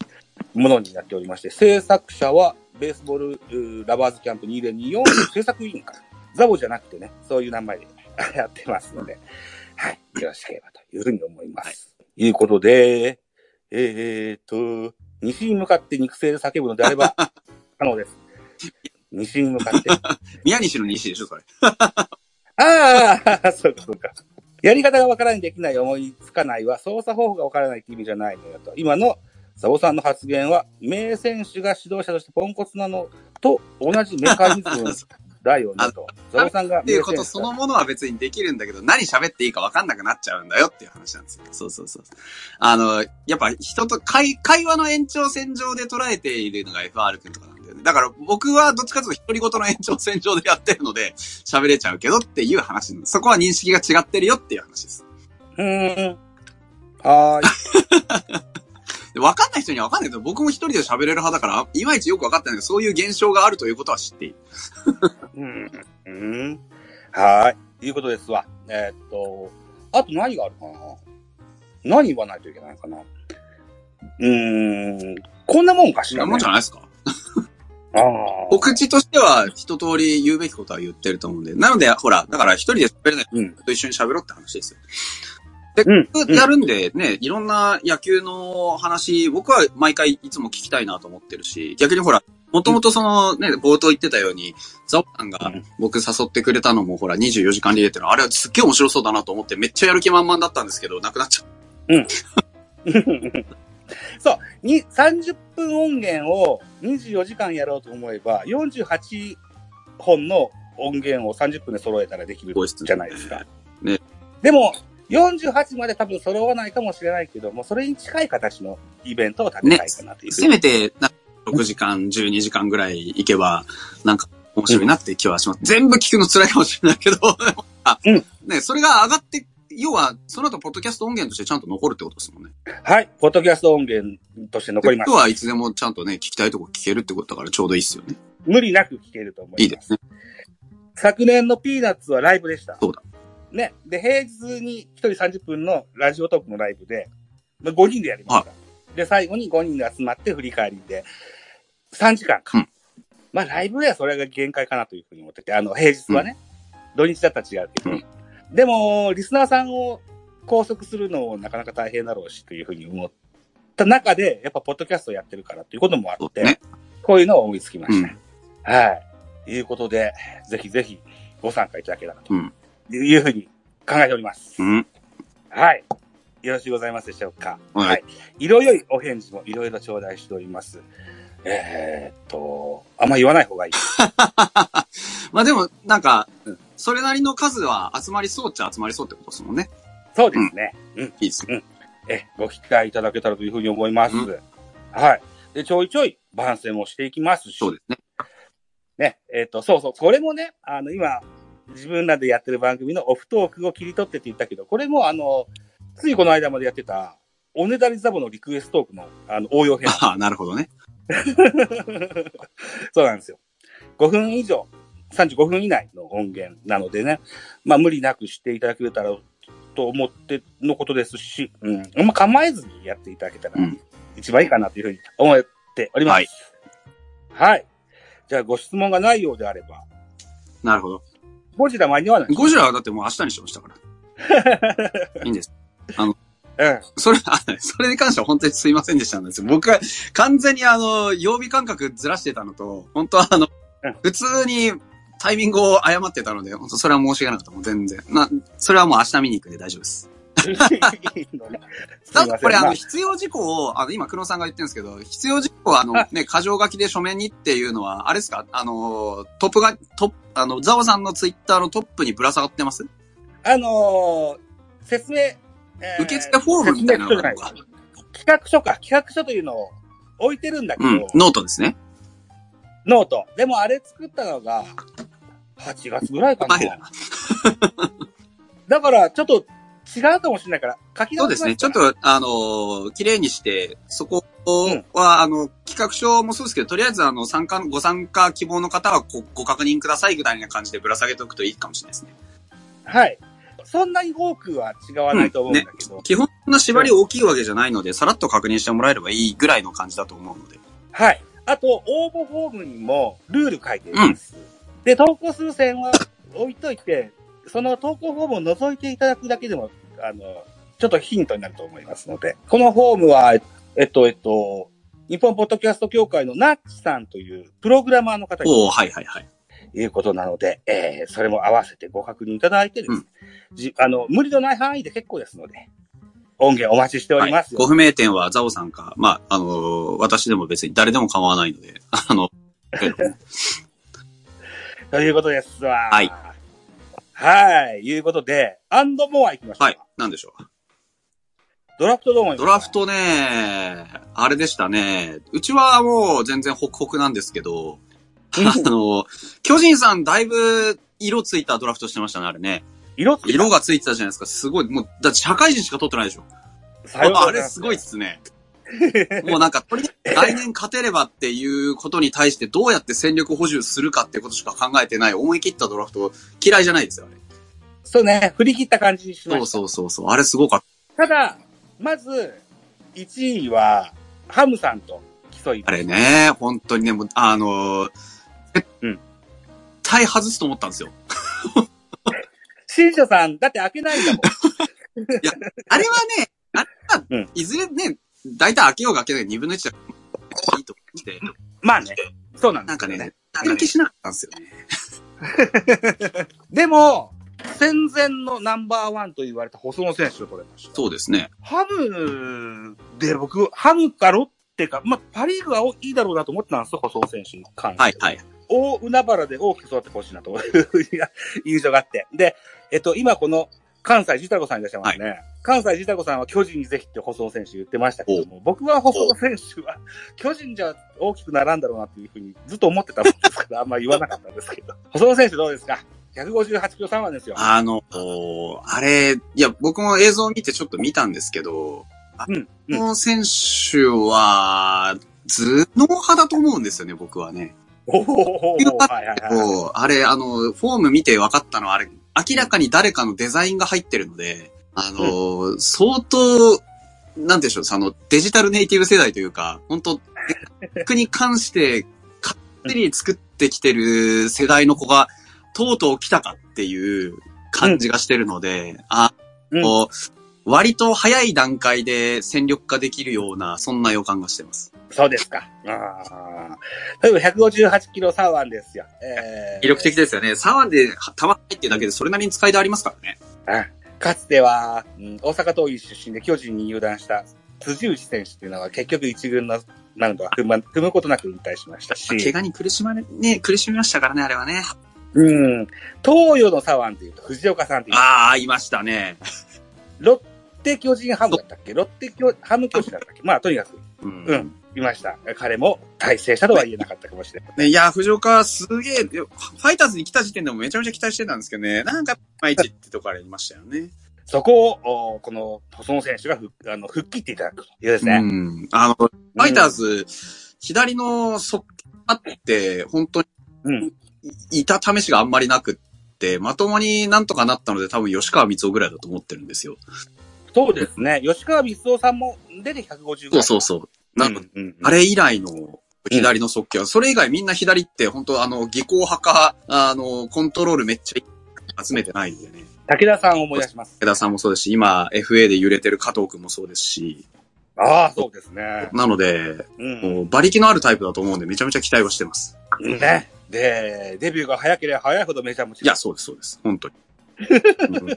A: ものになっておりまして、制作者はベースボールうーラバーズキャンプ2024制作委員会。ザボじゃなくてね、そういう名前で [laughs] やってますので、はい、よろしければというふうに思います。い、うことで、えー、っと、西に向かって肉声で叫ぶのであれば、可能です。西に向かって。
B: 宮西の西でしょ、それ。
A: ああ、そうかそうか。やり方がわからない、できない、思いつかないは、操作方法がわからないって意味じゃないのよと。今のサボさんの発言は、名選手が指導者としてポンコツなのと同じメカニズムだよねと。サボさんが
B: ってい
A: 名
B: うこ
A: 選手
B: と
A: だ
B: そのものは別にできるんだけど、何喋っていいか分かんなくなっちゃうんだよっていう話なんですよ。そうそうそう。あの、やっぱ人と会、会話の延長線上で捉えているのが FR 君とかなんだよね。だから僕はどっちかというと独り言の延長線上でやってるので、喋れちゃうけどっていう話なんです。そこは認識が違ってるよっていう話です。
A: うーん。はーい。
B: で分かんない人には分かんないけど、僕も一人で喋れる派だから、いまいちよく分かってないけど、そういう現象があるということは知っている。
A: うん。うん。はーい。ということですわ。えーっと、あと何があるかな何言わないといけないかなうーん。こんなもんかし
B: そんな
A: ら、
B: もん
A: ね
B: じ。ゃないですか
A: ああ。
B: お口としては一通り言うべきことは言ってると思うんで。なので、ほら、だから一人で喋れない
A: うん。
B: と一緒に喋ろうって話ですよ。
A: うん。
B: 僕やるんでね、いろんな野球の話、僕は毎回いつも聞きたいなと思ってるし、逆にほら、もともとそのね、冒頭言ってたように、ザオさんが
A: うん
B: 僕誘ってくれたのもほら、24時間リレーってのは、あれはすっげえ面白そうだなと思って、めっちゃやる気満々だったんですけど、なくなっちゃっ
A: そう。に、30分音源を24時間やろうと思えば、48本の音源を30分で揃えたらできる
B: ごいっすね
A: じゃないですか。
B: ね。
A: でも、48まで多分揃わないかもしれないけども、それに近い形のイベントを立てたいかなというふ
B: て、
A: う
B: せ
A: に、
B: めて、なんか6時間、12時間ぐらい行けば、なんか面白いなって気はします。全部聞くの辛いかもしれないけど、でもあ
A: うん
B: [laughs] ね、それが上がって、要は、その後、ポッドキャスト音源としてちゃんと残るってことですもんね。
A: はい。ポッドキャスト音源として残ります
B: 今。日はいつでもちゃんとね、聞きたいとこ聞けるってことだからちょうどいいっすよね。
A: 無理なく聞けると思います。
B: いいですね。
A: 昨年のピーナッツはライブでした。
B: そうだ。
A: ね。で、平日に1人30分のラジオトークのライブで、まあ5人でやりました。で、最後に5人で集まって振り返りで、3時間か。
B: うん
A: まあ、ライブではそれが限界かなというふうに思ってて、あの、平日はね。土日だったら違うけど。
B: うん
A: でも、リスナーさんを拘束するのもなかなか大変だろうし、というふうに思った中で、やっぱ、ポッドキャストをやってるからということもあ
B: そう
A: って、
B: ね。
A: こういうのを思いつきました。
B: う
A: はい。ということで、ぜひぜひご参加いただけたらと
B: うん
A: いうふうに考えております。
B: うん。
A: はい。よろしゅうございますでしょうか。
B: はい
A: はい。いろいろいお返事もいろいろ頂戴しております。えー、っと、あんま言わない方がいい。
B: まあでも、なんか
A: うん、
B: それなりの数は集まりそうっちゃ集まりそうってことですもんね。
A: そうですね。うん。
B: いいですね。
A: え、ご期待いただけたらというふうに思います。
B: うん
A: はい。で、ちょいちょい番宣もしていきますし。
B: そうですね。
A: ね、えっ、と、そうそう、これもね、あの、今、自分らでやってる番組のオフトークを切り取ってって言ったけど、これも、あの、ついこの間までやってた、おねだりザボのリクエストトークの、あの、応用 [laughs] 編。
B: [laughs] ああ、なるほどね。
A: そうなんですよ。5分以上、35分以内の音源なのでね、まあ、無理なくしていただけたらと思ってのことですし、うん、あんま構えずにやっていただけたら
B: うん、
A: 一番いいかなというふうに思っております。はい。じゃあ、ご質問がないようであれば、
B: なるほど。
A: ゴジラ間に合わない。
B: ゴジラはだってもう明日にしまし
A: [laughs]
B: たから。いいんです。
A: うん。
B: それ、あそれに関しては本当にすいませんでしたなんですよ。僕は完全にあの、曜日感覚ずらしてたのと、本当はあの
A: うん、
B: 普通にタイミングを誤ってたので、本当それは申し訳なかった。もう全然。な、それはもう明日見に行くんで大丈夫です。
A: す [laughs]
B: だ
A: い
B: か
A: ま
B: ら
A: せ
B: こ
A: ん。
B: れあ
A: ま
B: の、
A: あ
B: 必要事項を、あの、今、久野さんが言ってるんですけど、必要事項をあの、ね、箇条書きで書面にっていうのは、あれですかあの、トップが、トップ、あの、ザオさんのツイッターのトップにぶら下がってます
A: あのー説明、えー
B: 受付フォームみたいなのがあるのか
A: 説明書じゃない企画書か、企画書というのを置いてるんだけ
B: う
A: ど、
B: ん、ノートですね。
A: ノート。でもあれ作ったのが、8月ぐらいかな。
B: 前だな
A: [laughs] だから、ちょっと違うかもしれないから、書き
B: そ
A: 直
B: うで
A: し
B: す
A: ま
B: ね。
A: す
B: ちょっと、あのー綺麗にして、そこは、
A: うん
B: あの、企画書もそうですけど、とりあえず、あの、参加、ご参加希望の方はご、ご確認くださいぐらいな感じでぶら下げておくといいかもしれないですね。
A: はい。そんなに多くは違わないと思うんだけど、
B: 基本の縛り大きいわけじゃないので、さらっと確認してもらえればいいぐらいの感じだと思うので。
A: はい。あと、応募フォームにもルール書いてます。で、投稿する線は置いといて、その投稿フォームを覗いていただくだけでも、あの、ちょっとヒントになると思いますので、このフォームは、えっと、えっと、日本ポッドキャスト協会のナッチさんというプログラマーの方に
B: おおはいはいはい。
A: いうことなので、えーそれも合わせてご確認いただいてですね、
B: うん
A: じあの、無理のない範囲で結構ですので、音源お待ちしておりますよ。
B: ご不明点はザオさんか、まあ、あのー私でも別に誰でも構わないので、 [laughs] あの、
A: ということですわ。
B: はい。
A: はい。いうことで、アンドモア行きましょう。
B: はい、なんでしょう。
A: ドラフトどう思います
B: ドラフトね、あれでしたね。うちはもう全然ホクホクなんですけど、あ
A: うん
B: の、巨人さんだいぶ色ついたドラフトしてましたね、あれね。
A: 色つき
B: 色がついてたじゃないですか。すごい。もう、だって社会人しか取ってないでしょ。
A: さようなら
B: あれすごいっすね。 [laughs] もうなんか、とりあえず来年勝てればっていうことに対してどうやって戦力補充するかってことしか考えてない思い切ったドラフト嫌いじゃないですよ、あれ。
A: そうね、振り切った感じにしま
B: そ
A: し。
B: うそうそうそう。あれすごかった
A: ただ、まず、1位は、ハムさんと競い
B: た。あれね、本当にね、もう、あのー
A: うん
B: 絶対外すと思ったんですよ。
A: 新庄さん、だって開けないん
B: [laughs]
A: だもん。
B: あれはね、あれ
A: う
B: は
A: ん、
B: いずれね、大体開けようが開けない2分の1だからいいと思って、
A: まあね、そうなんで
B: なん
A: す
B: か
A: よね。
B: ね、関係しなかったんですよね。
A: でも、戦前のナンバーワンと言われた細野選手を取れました。
B: そうですね。
A: ハムで僕、ハムかロッテか、まあ、パリーグはいいだろうなと思ってたんですよ、細野選手に関して。
B: はいはい。
A: 大海原で大きく育ってほしいなと [laughs] いうふうに印象があって。で、えっと、今この関西ジ太郎さんいらっしゃいますね。関西ジ太郎さんは巨人にぜひって細野選手言ってましたけども、僕は細野選手は巨人じゃ大きくならんだろうなっていうふうにずっと思ってたもんですから、あんま言わなかったんです
B: [laughs]
A: けど。細野選手どうですか ?158 キロ3番ですよ。
B: あの、おーあれ、いや、僕も映像を見てちょっと見たんですけど、
A: うん、
B: こ
A: うん。
B: の選手は、頭脳派だと思うんですよね、僕はね。
A: おお
B: いうパ
A: はいはいはい。
B: こうあれ、あの、フォーム見て分かったのは、あれ、明らかに誰かのデザインが入ってるので、あの、相当、なんていうんでしょう、その、デジタルネイティブ世代というか、本当僕に関して、勝手に作ってきてる世代の子が、とうとう来たかっていう感じがしてるので、あ、
A: うん
B: こう、割と早い段階で戦力化できるような、そんな予感がしてます。
A: そうですか。ああ。例えば158キロサワンですよ。えー
B: 魅力的ですよね。サワンでたまってだけでそれなりに使いでありますからね。
A: あかつては、うん大阪桐蔭出身で巨人に入団した辻内選手というのは結局一軍のマウンドは踏,、ま、踏むことなく引退しました
B: 怪
A: し、
B: 我に苦しまれ、ね、苦しみましたからね、あれはね。
A: うん、東洋の左腕というと藤岡さんという、
B: ああ、いましたね。
A: ロッテ巨人ハムだったっけロッテ巨ハム巨人だったっけまあとにかく
B: うん
A: うんいました。彼も大成したとは言えなかったかもしれない。
B: ね、いや、藤岡すげえ、ファイターズに来た時点でもめちゃめちゃ期待してたんですけどね、なんか、いまいちってとこありましたよね。
A: そこを、おこの、細野選手がふあの吹っ切っていただくというですね。
B: うん。あの、ファイターズ、左の速球あって、本当に
A: うん。うん。
B: いた試しがあんまりなくって、まともになんとかなったので多分吉川光夫ぐらいだと思ってるんですよ。
A: そうですね。吉川光夫さんも出て150ぐ
B: そ
A: ら
B: う
A: い。
B: そうそう。な
A: うんん
B: か、
A: うん
B: あれ以来の左の速球、それ以外みんな左って、本当あの、技巧派か、あの、コントロールめっちゃ集めてないんでね。
A: 武田さんを思い出します。
B: 江田さんもそうですし、今 FA で揺れてる加藤くんもそうですし、
A: ああ、そうですね。
B: なので、
A: うん。
B: もう馬力のあるタイプだと思うんで、めちゃめちゃ期待はしてます。
A: ね。で、デビューが早ければ早いほどメジャーも
B: いや、そうです、そうです。本当に。うん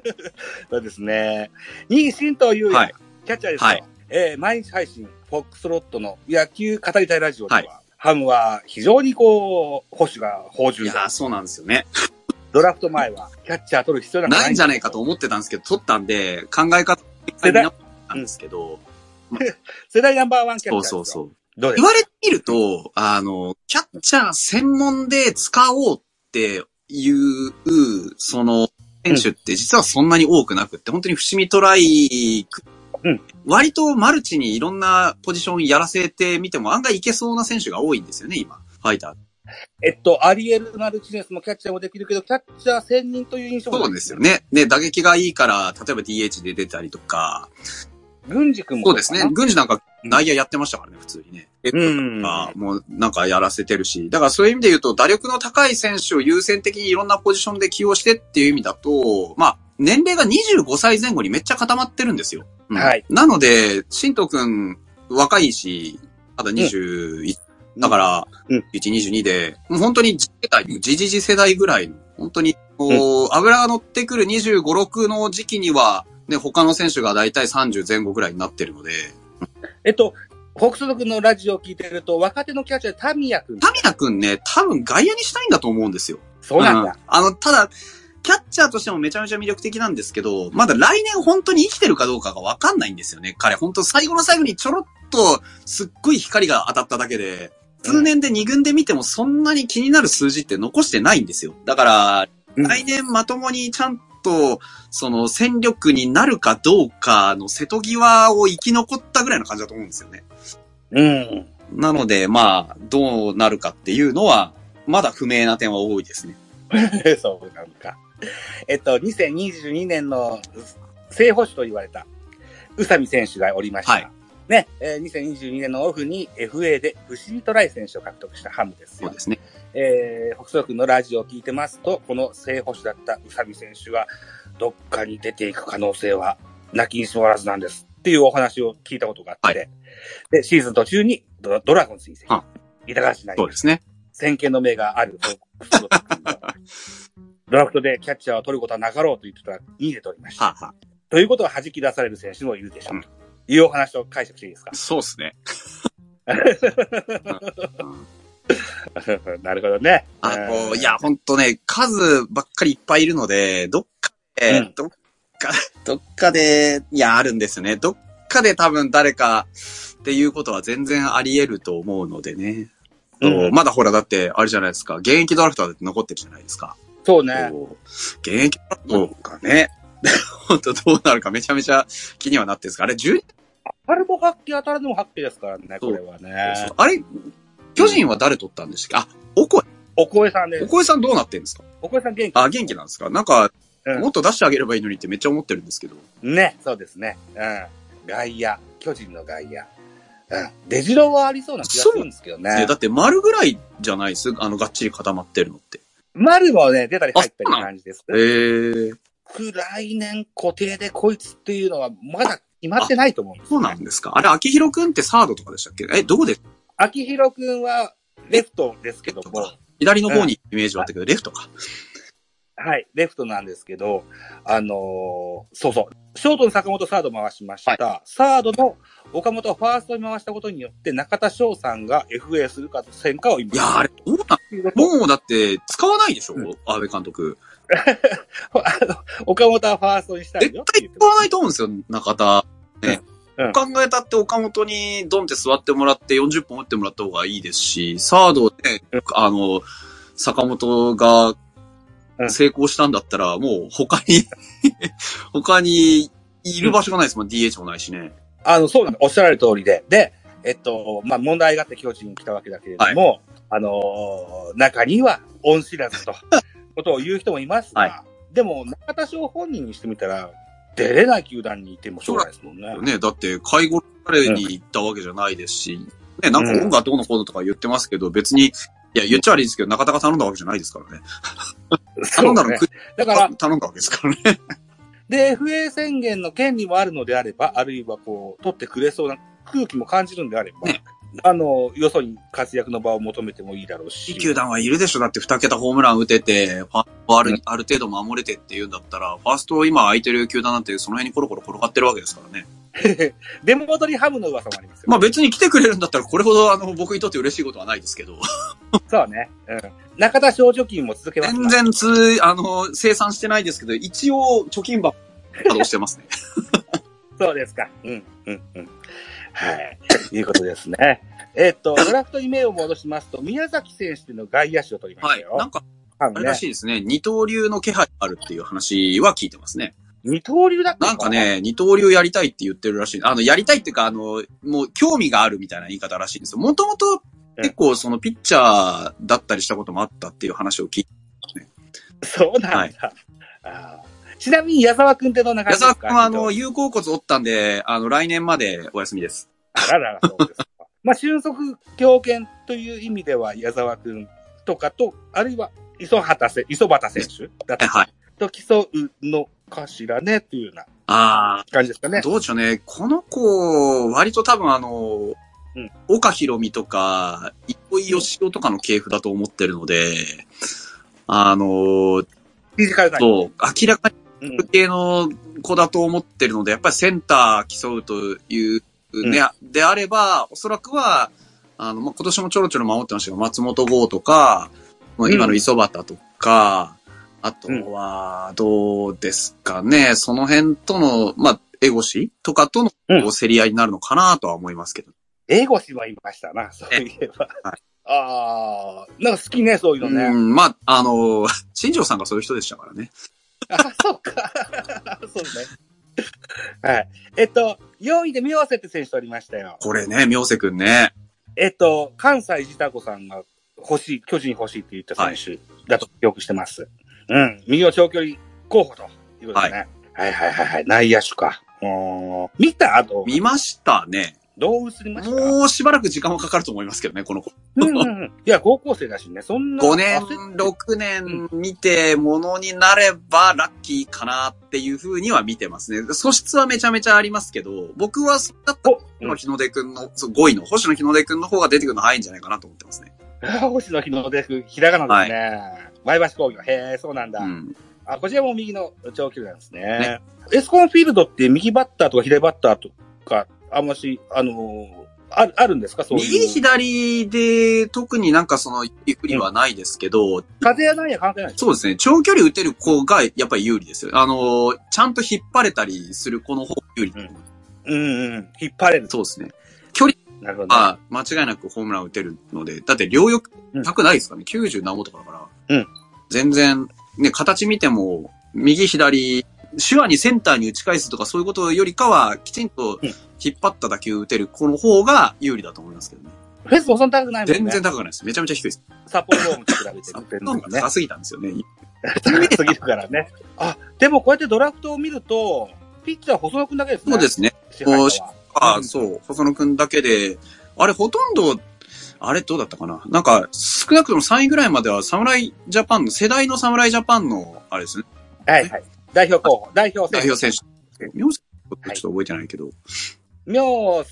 A: そうですね。ニーシンという、
B: はい
A: キャッチャーですよ。
B: はい
A: えー毎日配信、フォックスロットの野球語りたいラジオでは、
B: はい
A: ハムは非常にこう、保守が豊
B: [laughs] い
A: 潤
B: や
A: だ
B: ー、。そうなんですよね。
A: ドラフト前は、キャッチャー取る必要なんか
B: ないんじゃないかと。思ってたんですけど、取ったんで、考え方
A: 世代
B: なんですけど、
A: 世代ナンバーワンキャ
B: そ
A: ッチャー
B: う
A: ですよ。
B: そうそう。
A: どうで
B: 言
A: す
B: われてみると、あの、キャッチャー専門で使おうっていう、その、選手って実はそんなに多くなくって、本当に伏見トライ、
A: うん
B: 割とマルチにいろんなポジションやらせてみても案外いけそうな選手が多いんですよね、今。ファイターズ。
A: えっと、アリエル・マルチネスもキャッチャーもできるけど、キャッチャー専任という印象も
B: そうですよ。ね。で、打撃がいいから、例えば DH で出たりとか、
A: 軍司君も
B: そうですね。軍事なんか内野やってましたからね、普通にね。
A: うん。
B: が、もうなんかやらせてるし、だからそういう意味で言うと、打力の高い選手を優先的にいろんなポジションで起用してっていう意味だと、まあ、年齢が25歳前後にめっちゃ固まってるんですよ。うん
A: はい。
B: なので、新藤くん、若いし、まだ21、だから、
A: うん
B: 1、22で、もう本当に次世代、じじじ世代ぐらいの、本当に、こう油が乗ってくる25、6の時期には、ね、他の選手が大体30前後ぐらいになってるので、
A: えっと、フォックスロットのラジオを聞いてると、若手のキャッチャー、タミヤ君。
B: タミヤくんね、多分外野にしたいんだと思うんですよ。
A: そうなんだ。
B: うんあの、ただ、キャッチャーとしてもめちゃめちゃ魅力的なんですけど、まだ来年本当に生きてるかどうかがわかんないんですよね。彼、本当最後の最後にちょろっとすっごい光が当たっただけで、数年で2軍で見てもそんなに気になる数字って残してないんですよ。だから、
A: うん
B: 来年まともにちゃんと、その戦力になるかどうかの瀬戸際を生き残ったぐらいの感じだと思うんですよね。
A: うん。
B: なので、まあ、どうなるかっていうのは、まだ不明な点は多いですね。
A: そうなん [laughs] か。えっと、2022年の正捕手と言われた、宇佐美選手がおりました。
B: はい
A: ね、えー2022年のオフに FA で伏見トライ選手を獲得したハムです
B: そう
A: よ。
B: ですね。
A: えー、北斗君のラジオを聞いてますと、この正捕手だった宇佐美選手が、どっかに出ていく可能性は、なきにしもあらずなんです。っていうお話を聞いたことがあって、
B: は
A: で、シーズン途中にドドラゴンズに移籍
B: は。
A: 板橋成美
B: そうですね。
A: 先見の目がある。 [laughs] ドラフトでキャッチャーを取ることはなかろうと言ってたら、2で取りました。
B: はあはあ
A: ということは弾き出される選手もいるでしょう。
B: うん
A: というお話を解釈していいですか
B: そうですね。うん
A: [laughs] なるほどね。
B: [laughs]
A: [laughs]
B: あ
A: う
B: の、
A: ん
B: いや、、ほんとね、数ばっかりいっぱいいるので、どっかで、
A: うん
B: どっか、 [laughs] どっかで、いや、あるんですよね。どっかで多分誰かっていうことは全然あり得ると思うのでね。
A: うん
B: まだほら、だって、あれじゃないですか。現役ドラフトだって残ってるじゃないですか。
A: そうね。
B: こう現役だとかね。 [laughs] 本当どうなるかめちゃめちゃ気にはなってるんですかあれ、10
A: あれも発揮当たらずも発揮ですからね、これはね。
B: あれ、巨人は誰取ったんでしたっけあ、おこ
A: お声さんで
B: え、お
A: す。
B: こえさんどうなってるんですか
A: お声さん元気
B: あ、元気なんですかなんか、
A: うん
B: もっと出してあげればいいのにってめっちゃ思ってるんですけど。
A: ね、そうですね。うん。外野、巨人の外野。うん。出城はありそうな気がするんですけどね
B: ね。だって丸ぐらいじゃないですあの、がっちり固まってるのって。
A: 丸もね、出たり入ったりな感じです。
B: えー、
A: 来年固定でこいつっていうのは、まだ決まってないと思うんです。
B: そうなんですか。あれ、秋広くんってサードとかでしたっけえ、どこで
A: 秋広くんは、レフトですけ
B: レ
A: ど
B: フト
A: も
B: か、。左の方にイメージはあったけど、レフトか。
A: はい、レフトなんですけど、あのーそうそう、ショートの坂本サード回しました。サードの岡本はファーストに回したことによって、中田翔さんが FA するか戦かを今、
B: いやー、あれ、どうなん
A: ということを
B: もうだって、使わないでしょ、
A: うん
B: 安倍監督。
A: [laughs] あの岡本はファーストにしたい
B: 絶
A: よって
B: 対
A: 言って
B: 使
A: ま
B: わないと思うんですよ、中田。ね。
A: うんうん
B: どう考えたって岡本にドンって座ってもらって40本打ってもらった方がいいですし、サードね
A: うん、
B: あの、坂本が
A: うん
B: 成功したんだったら、もう他に、 [laughs] 他にいる場所がないですもん、DH もないしね。
A: すあの、そうなんです。おっしゃられる通りで。で、えっと、まあ、問題があって巨人に来たわけだけれども、あのー中には恩知ら
B: [laughs]
A: ずと、ことを言う人もいますが、
B: はい
A: でも、中田翔本人にしてみたら、出れない球団にいてもしょうがないですもんね。
B: ね、だって介護彼に行ったわけじゃないですし、ね、なんか音がどうのこうのとか言ってますけど、別に、いや、言っちゃ悪いですけど、中田が頼んだわけじゃないですからね。
A: そ
B: 頼ん
A: う
B: だ
A: だ
B: の、
A: ね
B: 国
A: だから
B: が、頼んだわけですからね。
A: で、FA 宣言の権利もあるのであれば、あるいはこう、取ってくれそうな空気も感じるんであれば、
B: ね
A: あの、よそに活躍の場を求めてもいいだろう
B: い
A: し
B: い。球団はいるでしょだって二桁ホームラン打てて、ファーストをある,、ある程度守れてっていうんだったら、ファースト今空いてる球団なんてその辺にコロコロ転がってるわけですからね。
A: 出戻りハムの噂もありますよ。
B: まあ別に来てくれるんだったらこれほどあの僕にとって嬉しいことはないですけど、
A: そうね。うん。中田賞貯金も続けます
B: 全然つ、あの、生産してないですけど、一応貯金箱稼働してますね。
A: そうですか。うん、うん、うん。
B: [coughs]
A: はい。いうことですね。えっと、ドラフトに目を戻しますと、宮崎選手の外野手を取りました
B: は [laughs] い
A: よ。。
B: なんか
A: あの
B: あれら
A: ね
B: しいですね。二刀流の気配あるっていう話は聞いてますね。
A: 二刀流だった
B: なん
A: の
B: か、ね、二刀流やりたいって言ってるらしい。あの、やりたいっていうか、あの、もう興味があるみたいな言い方らしいんですよ。もともと結構そのピッチャーだったりしたこともあったっていう話を聞いて、
A: そうなんだ。あーちなみに矢沢くんってどんな感
B: 矢
A: じです
B: 沢
A: か
B: 君はあの、有効骨折ったんで、あの、来年までお休みです。
A: あらら、そうですか。まあ、俊足強肩という意味では、矢沢くんとかと、あるいは磯畑せ、磯畑選手だった
B: はい
A: り
B: はい。
A: と競うのかしらね、というような
B: あ
A: 感じですか
B: あ、
A: ね。
B: どうでしょうね。この子、割と多分あの
A: うん、
B: 岡博美とか、糸井義雄とかの系譜だと思ってるので、あの、
A: フィジカルな
B: そう、明らかに
A: うん
B: 系の子だと思ってるので、やっぱりセンター競うというね、であれば、おそらくは、あの、まあ、今年もちょろちょろ守ってましたけど、松本剛とか、もう今の磯端とか、あとは、どうですかね、その辺との、まあ、エゴシとかとの
A: うん
B: こう競り合いになるのかなとは思いますけど。
A: 英語しはいましたな、そういえば。
B: は
A: ああ、なんか好きね、そういう
B: う
A: のね。
B: ん、まあ、あの、 [laughs] 新庄さんがそういう人でしたからね。
A: あ、そうか。 [laughs] そうね。はい。えっと、4位で明瀬って選手とりましたよ。
B: これね、明瀬くんね。
A: えっと、関西自他子さんが欲しい、巨人欲しいって言った選手だと記憶してます。うん。右の長距離候補ということですね。はい、はい、はいはい。内野手か。うーん見た後、
B: 見ましたね。
A: どう映りました
B: もうしばらく時間はかかると思いますけどね、この子。
A: うんうんうん。いや、高校生だしね、そんな。
B: 5年
A: 焦っ、
B: 6年見て、ものになればラッキーかなっていう風には見てますね。素質はめちゃめちゃありますけど、僕はそれだったら、
A: お
B: 星野日の出くんの、そう5位の星野日の出くんの方が出てくるの早いんじゃないかなと思ってますね。
A: あ星野日の出く、ひらがなですね。前橋工業。へえ、そうなんだ。
B: うん。
A: あ、こちらも右の長距離なんですね。エスコンフィールドって右バッターとか左バッターとか、あんまし、あのーある、あるんですかそういう。
B: 右左で特になんかその、ゆっくりはないですけど、
A: 風やなんや関係ないです
B: そうですね、長距離打てる子がやっぱり有利ですよ。あの、ちゃんと引っ張れたりする子の方が有利。
A: うんうんうん。引っ張れる。
B: そうですね。距離
A: なるほど、ね。
B: あ間違いなくホームラン打てるので、だって両翼高くないですかね、?90 何本とかだから。
A: うん
B: 全然、ね、形見ても、右左、手話にセンターに打ち返すとかそういうことよりかは、きちんと
A: うん
B: 引っ張った打球打てる子の方が有利だと思いますけどね。
A: フェンスもそんな高くないもんね。
B: 全然高くないです。めちゃめちゃ低いです。
A: サポートホームと比べて
B: サ
A: る
B: ッ。
A: 全
B: の方
A: 然
B: が
A: ね。
B: 高すぎたんですよね。
A: 高すぎるからね。あ、でもこうやってドラフトを見ると、ピッチャー細野くんだけですね。
B: そうですね。
A: 支配者は。
B: あ
A: うん
B: そう、細野くんだけで、あれほとんど、あれどうだったかななんか、少なくとも3位ぐらいまでは侍ジャパンの、世代の侍ジャパンの、あれですね、
A: はいはい。代表候補、代表
B: 代
A: 選手。
B: 表選手。名字ってちょっと覚えてないけど、
A: 明星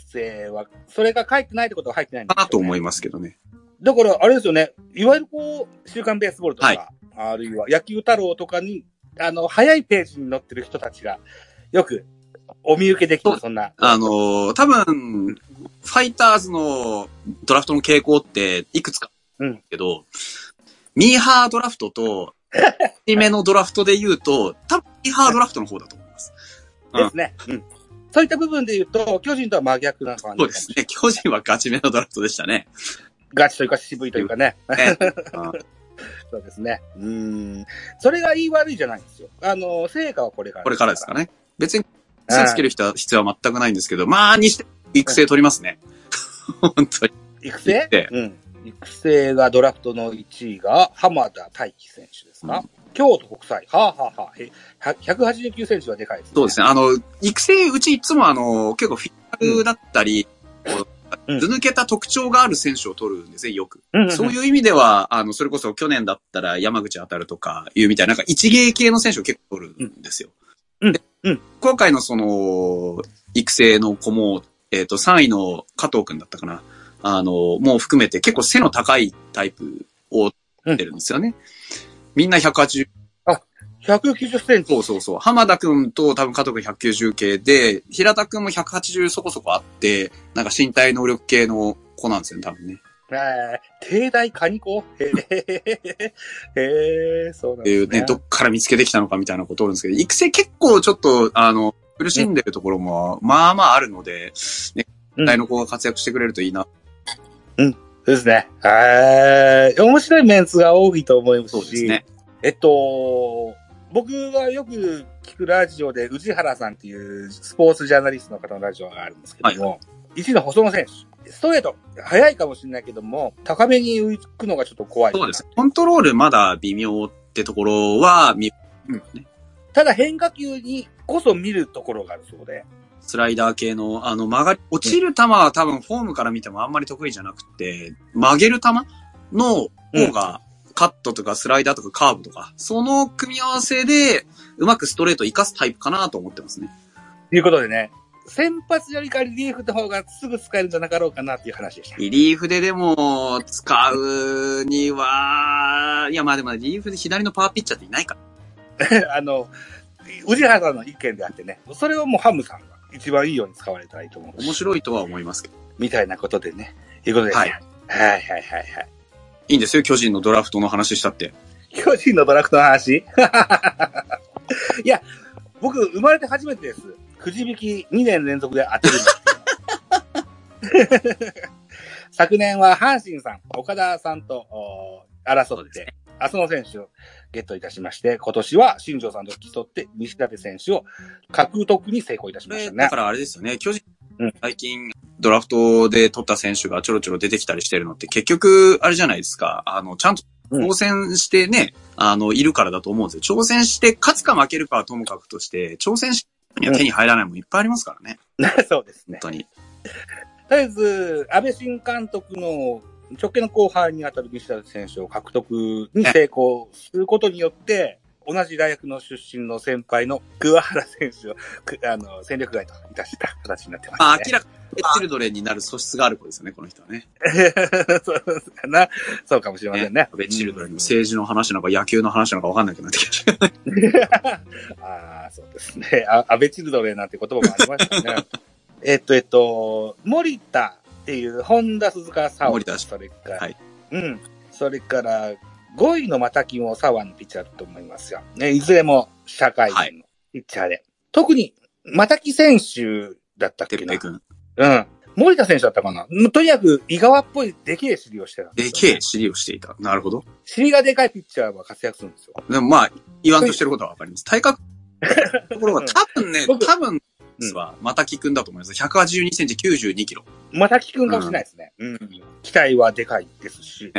A: は、それが書いてないってことは入ってないんで
B: か
A: すよね
B: なと思いますけどね。
A: だから、あれですよね。いわゆるこう、週刊ベースボールとか、
B: はい
A: あるいは野球太郎とかに、あの、早いページに載ってる人たちが、よく、お見受けでき
B: そ
A: る、
B: う
A: そんな。
B: あのー多分、ファイターズのドラフトの傾向っていくつかあるんですけど、ミーハードラフトと、低めのドラフトで言うと、多分ミーハードラフトの方だと思います。うん
A: ですね。うん。そういった部分で言うと、巨人とは真逆な感じ
B: そうですね。巨人はガチめのドラフトでした [laughs] ね。
A: ガチというか渋いというかね。
B: ねうん
A: そうですね。うーん。それが言い悪いじゃないんですよ。あの、成果はこれから。
B: これからですかね。別に、
A: うん
B: 癖つける人は必要は全くないんですけど、まあ、にして、育成取りますね。 [laughs] 本当に。
A: 育成
B: 育成
A: うん。育成がドラフトの1位が浜田大輝選手ですか、
B: う
A: 京都国際。はあ、はあはあ、え189センチはでかいですね。
B: そうですね。あの、育成、うちいつもあの、結構フィギュアだったり、こ
A: う
B: うん図抜けた特徴がある選手を取るんですね、よく。
A: うんうんうん
B: そういう意味では、あの、それこそ去年だったら山口当たるとかいうみたいな、なんか一芸系の選手を結構取るんですよ。
A: うん
B: で
A: うん
B: 今回のその、育成の子も、えっ、と、3位の加藤くんだったかな。あの、もう含めて結構背の高いタイプを取ってるんですよね。みんな180、
A: 190センチ。
B: そうそうそう。浜田くんと多分加藤くん190系で、平田くんも180そこそこあって、なんか身体能力系の子なんですよね、多分ね。
A: えー、帝大カニコへえ、へえ、そうなん
B: ってい
A: で
B: う
A: すね。
B: ね、どっから見つけてきたのかみたいなことあるんですけど、育成結構ちょっと、あの、苦しんでるところも、まあまああるので、ね、
A: うん
B: 世代の子が活躍してくれるといいな。
A: そうですね。はい。面白いメンツが多いと思いますし。
B: そうですね。
A: えっと、僕がよく聞くラジオで、宇治原さんっていうスポーツジャーナリストの方のラジオがあるんですけども、一位の細野選手、ストレート、速いかもしれないけども、高めに浮くのがちょっと怖い。
B: そうです。コントロールまだ微妙ってところは、みね
A: ただ変化球にこそ見るところがあるそうで、
B: スライダー系の、あの、曲がり、落ちる球は多分フォームから見てもあんまり得意じゃなくて、曲げる球の方が、カットとかスライダーとかカーブとか、その組み合わせで、うまくストレートを活かすタイプかなと思ってますね。
A: ということでね、先発よりかリリーフの方がすぐ使えるんじゃなかろうかなっていう話でした。
B: リリーフででも、使うには、いや、まあでも、リリーフで左のパワーピッチャーっていないか
A: [laughs]
B: ら。
A: あの、宇治原さんの意見であってね、それをもうハムさんが一番いいように使われたらいいと思う。
B: 面白いとは思いますけど。
A: みたいなことでね、いうことで、ね、
B: はい
A: はいはいはいはい。
B: いいんですよ、巨人のドラフトの話したって。
A: 巨人のドラフトの話 [laughs] いや、僕、生まれて初めてです。くじ引き2年連続で当てるんです。 [laughs] 昨年は阪神さん、岡田さんとお争
B: そう
A: っ
B: です
A: て、浅野選手をゲットいたしまして、今年は新庄さんと競って、西舘選手を獲得に成功いたし
B: こ
A: まし
B: れ、
A: たね
B: だか。らあれですよね、巨人
A: うん、
B: 最近、ドラフトで取った選手がちょろちょろ出てきたりしてるのって、結局、あれじゃないですか、あの、ちゃんと
A: うん
B: 挑戦してね、あの、いるからだと思うんですよ。挑戦して、勝つか負けるかはともかくとして、挑戦しには手に入らないもんいっぱいありますからね、
A: [laughs] そうですね
B: 本。当に。
A: とりあえず、安倍新監督の直系の後輩に当たる西田選手を獲得に成功することによって、同じ大学の出身の先輩の桑原選手を、くあの、戦力外といたした形になってま
B: まあ
A: す、、ね。
B: 明らかに、チルドレンになる素質がある子ですよね、この人はね。
A: [laughs] そうかな。そうかもしれませんね。
B: ベチルドレンの政治の話なのか野球の話なのか分かんなくなってきました。
A: [laughs] ああ、そうですね。あ安倍チルドレンなんて言葉もありました
B: [laughs]
A: ね。えっと、えっと、森田っていう、本田鈴鹿沙
B: 森田
A: それから、
B: はい
A: うん。それから、5位のまたきも沙和のピッチャーだと思いますよ。ね、いずれも社会人
B: は
A: のピッチャーで。特に、またき選手だったっけ
B: てる
A: な
B: べくん。
A: うん。森田選手だったかなとにかく、井川っぽいでけえ尻をしてたんで
B: ですけ
A: よ
B: え尻をしていた。なるほど。
A: 尻がでかいピッチャーは活躍するんですよ。
B: でもまあ、言わんとしてることは分かります。体格、ところ
A: [laughs]
B: が多分ね、
A: 僕
B: 多分、は、またきくんだと思います。182センチ92キロ。
A: また聞くんかもしれないですね。うん。期待はでかいですし、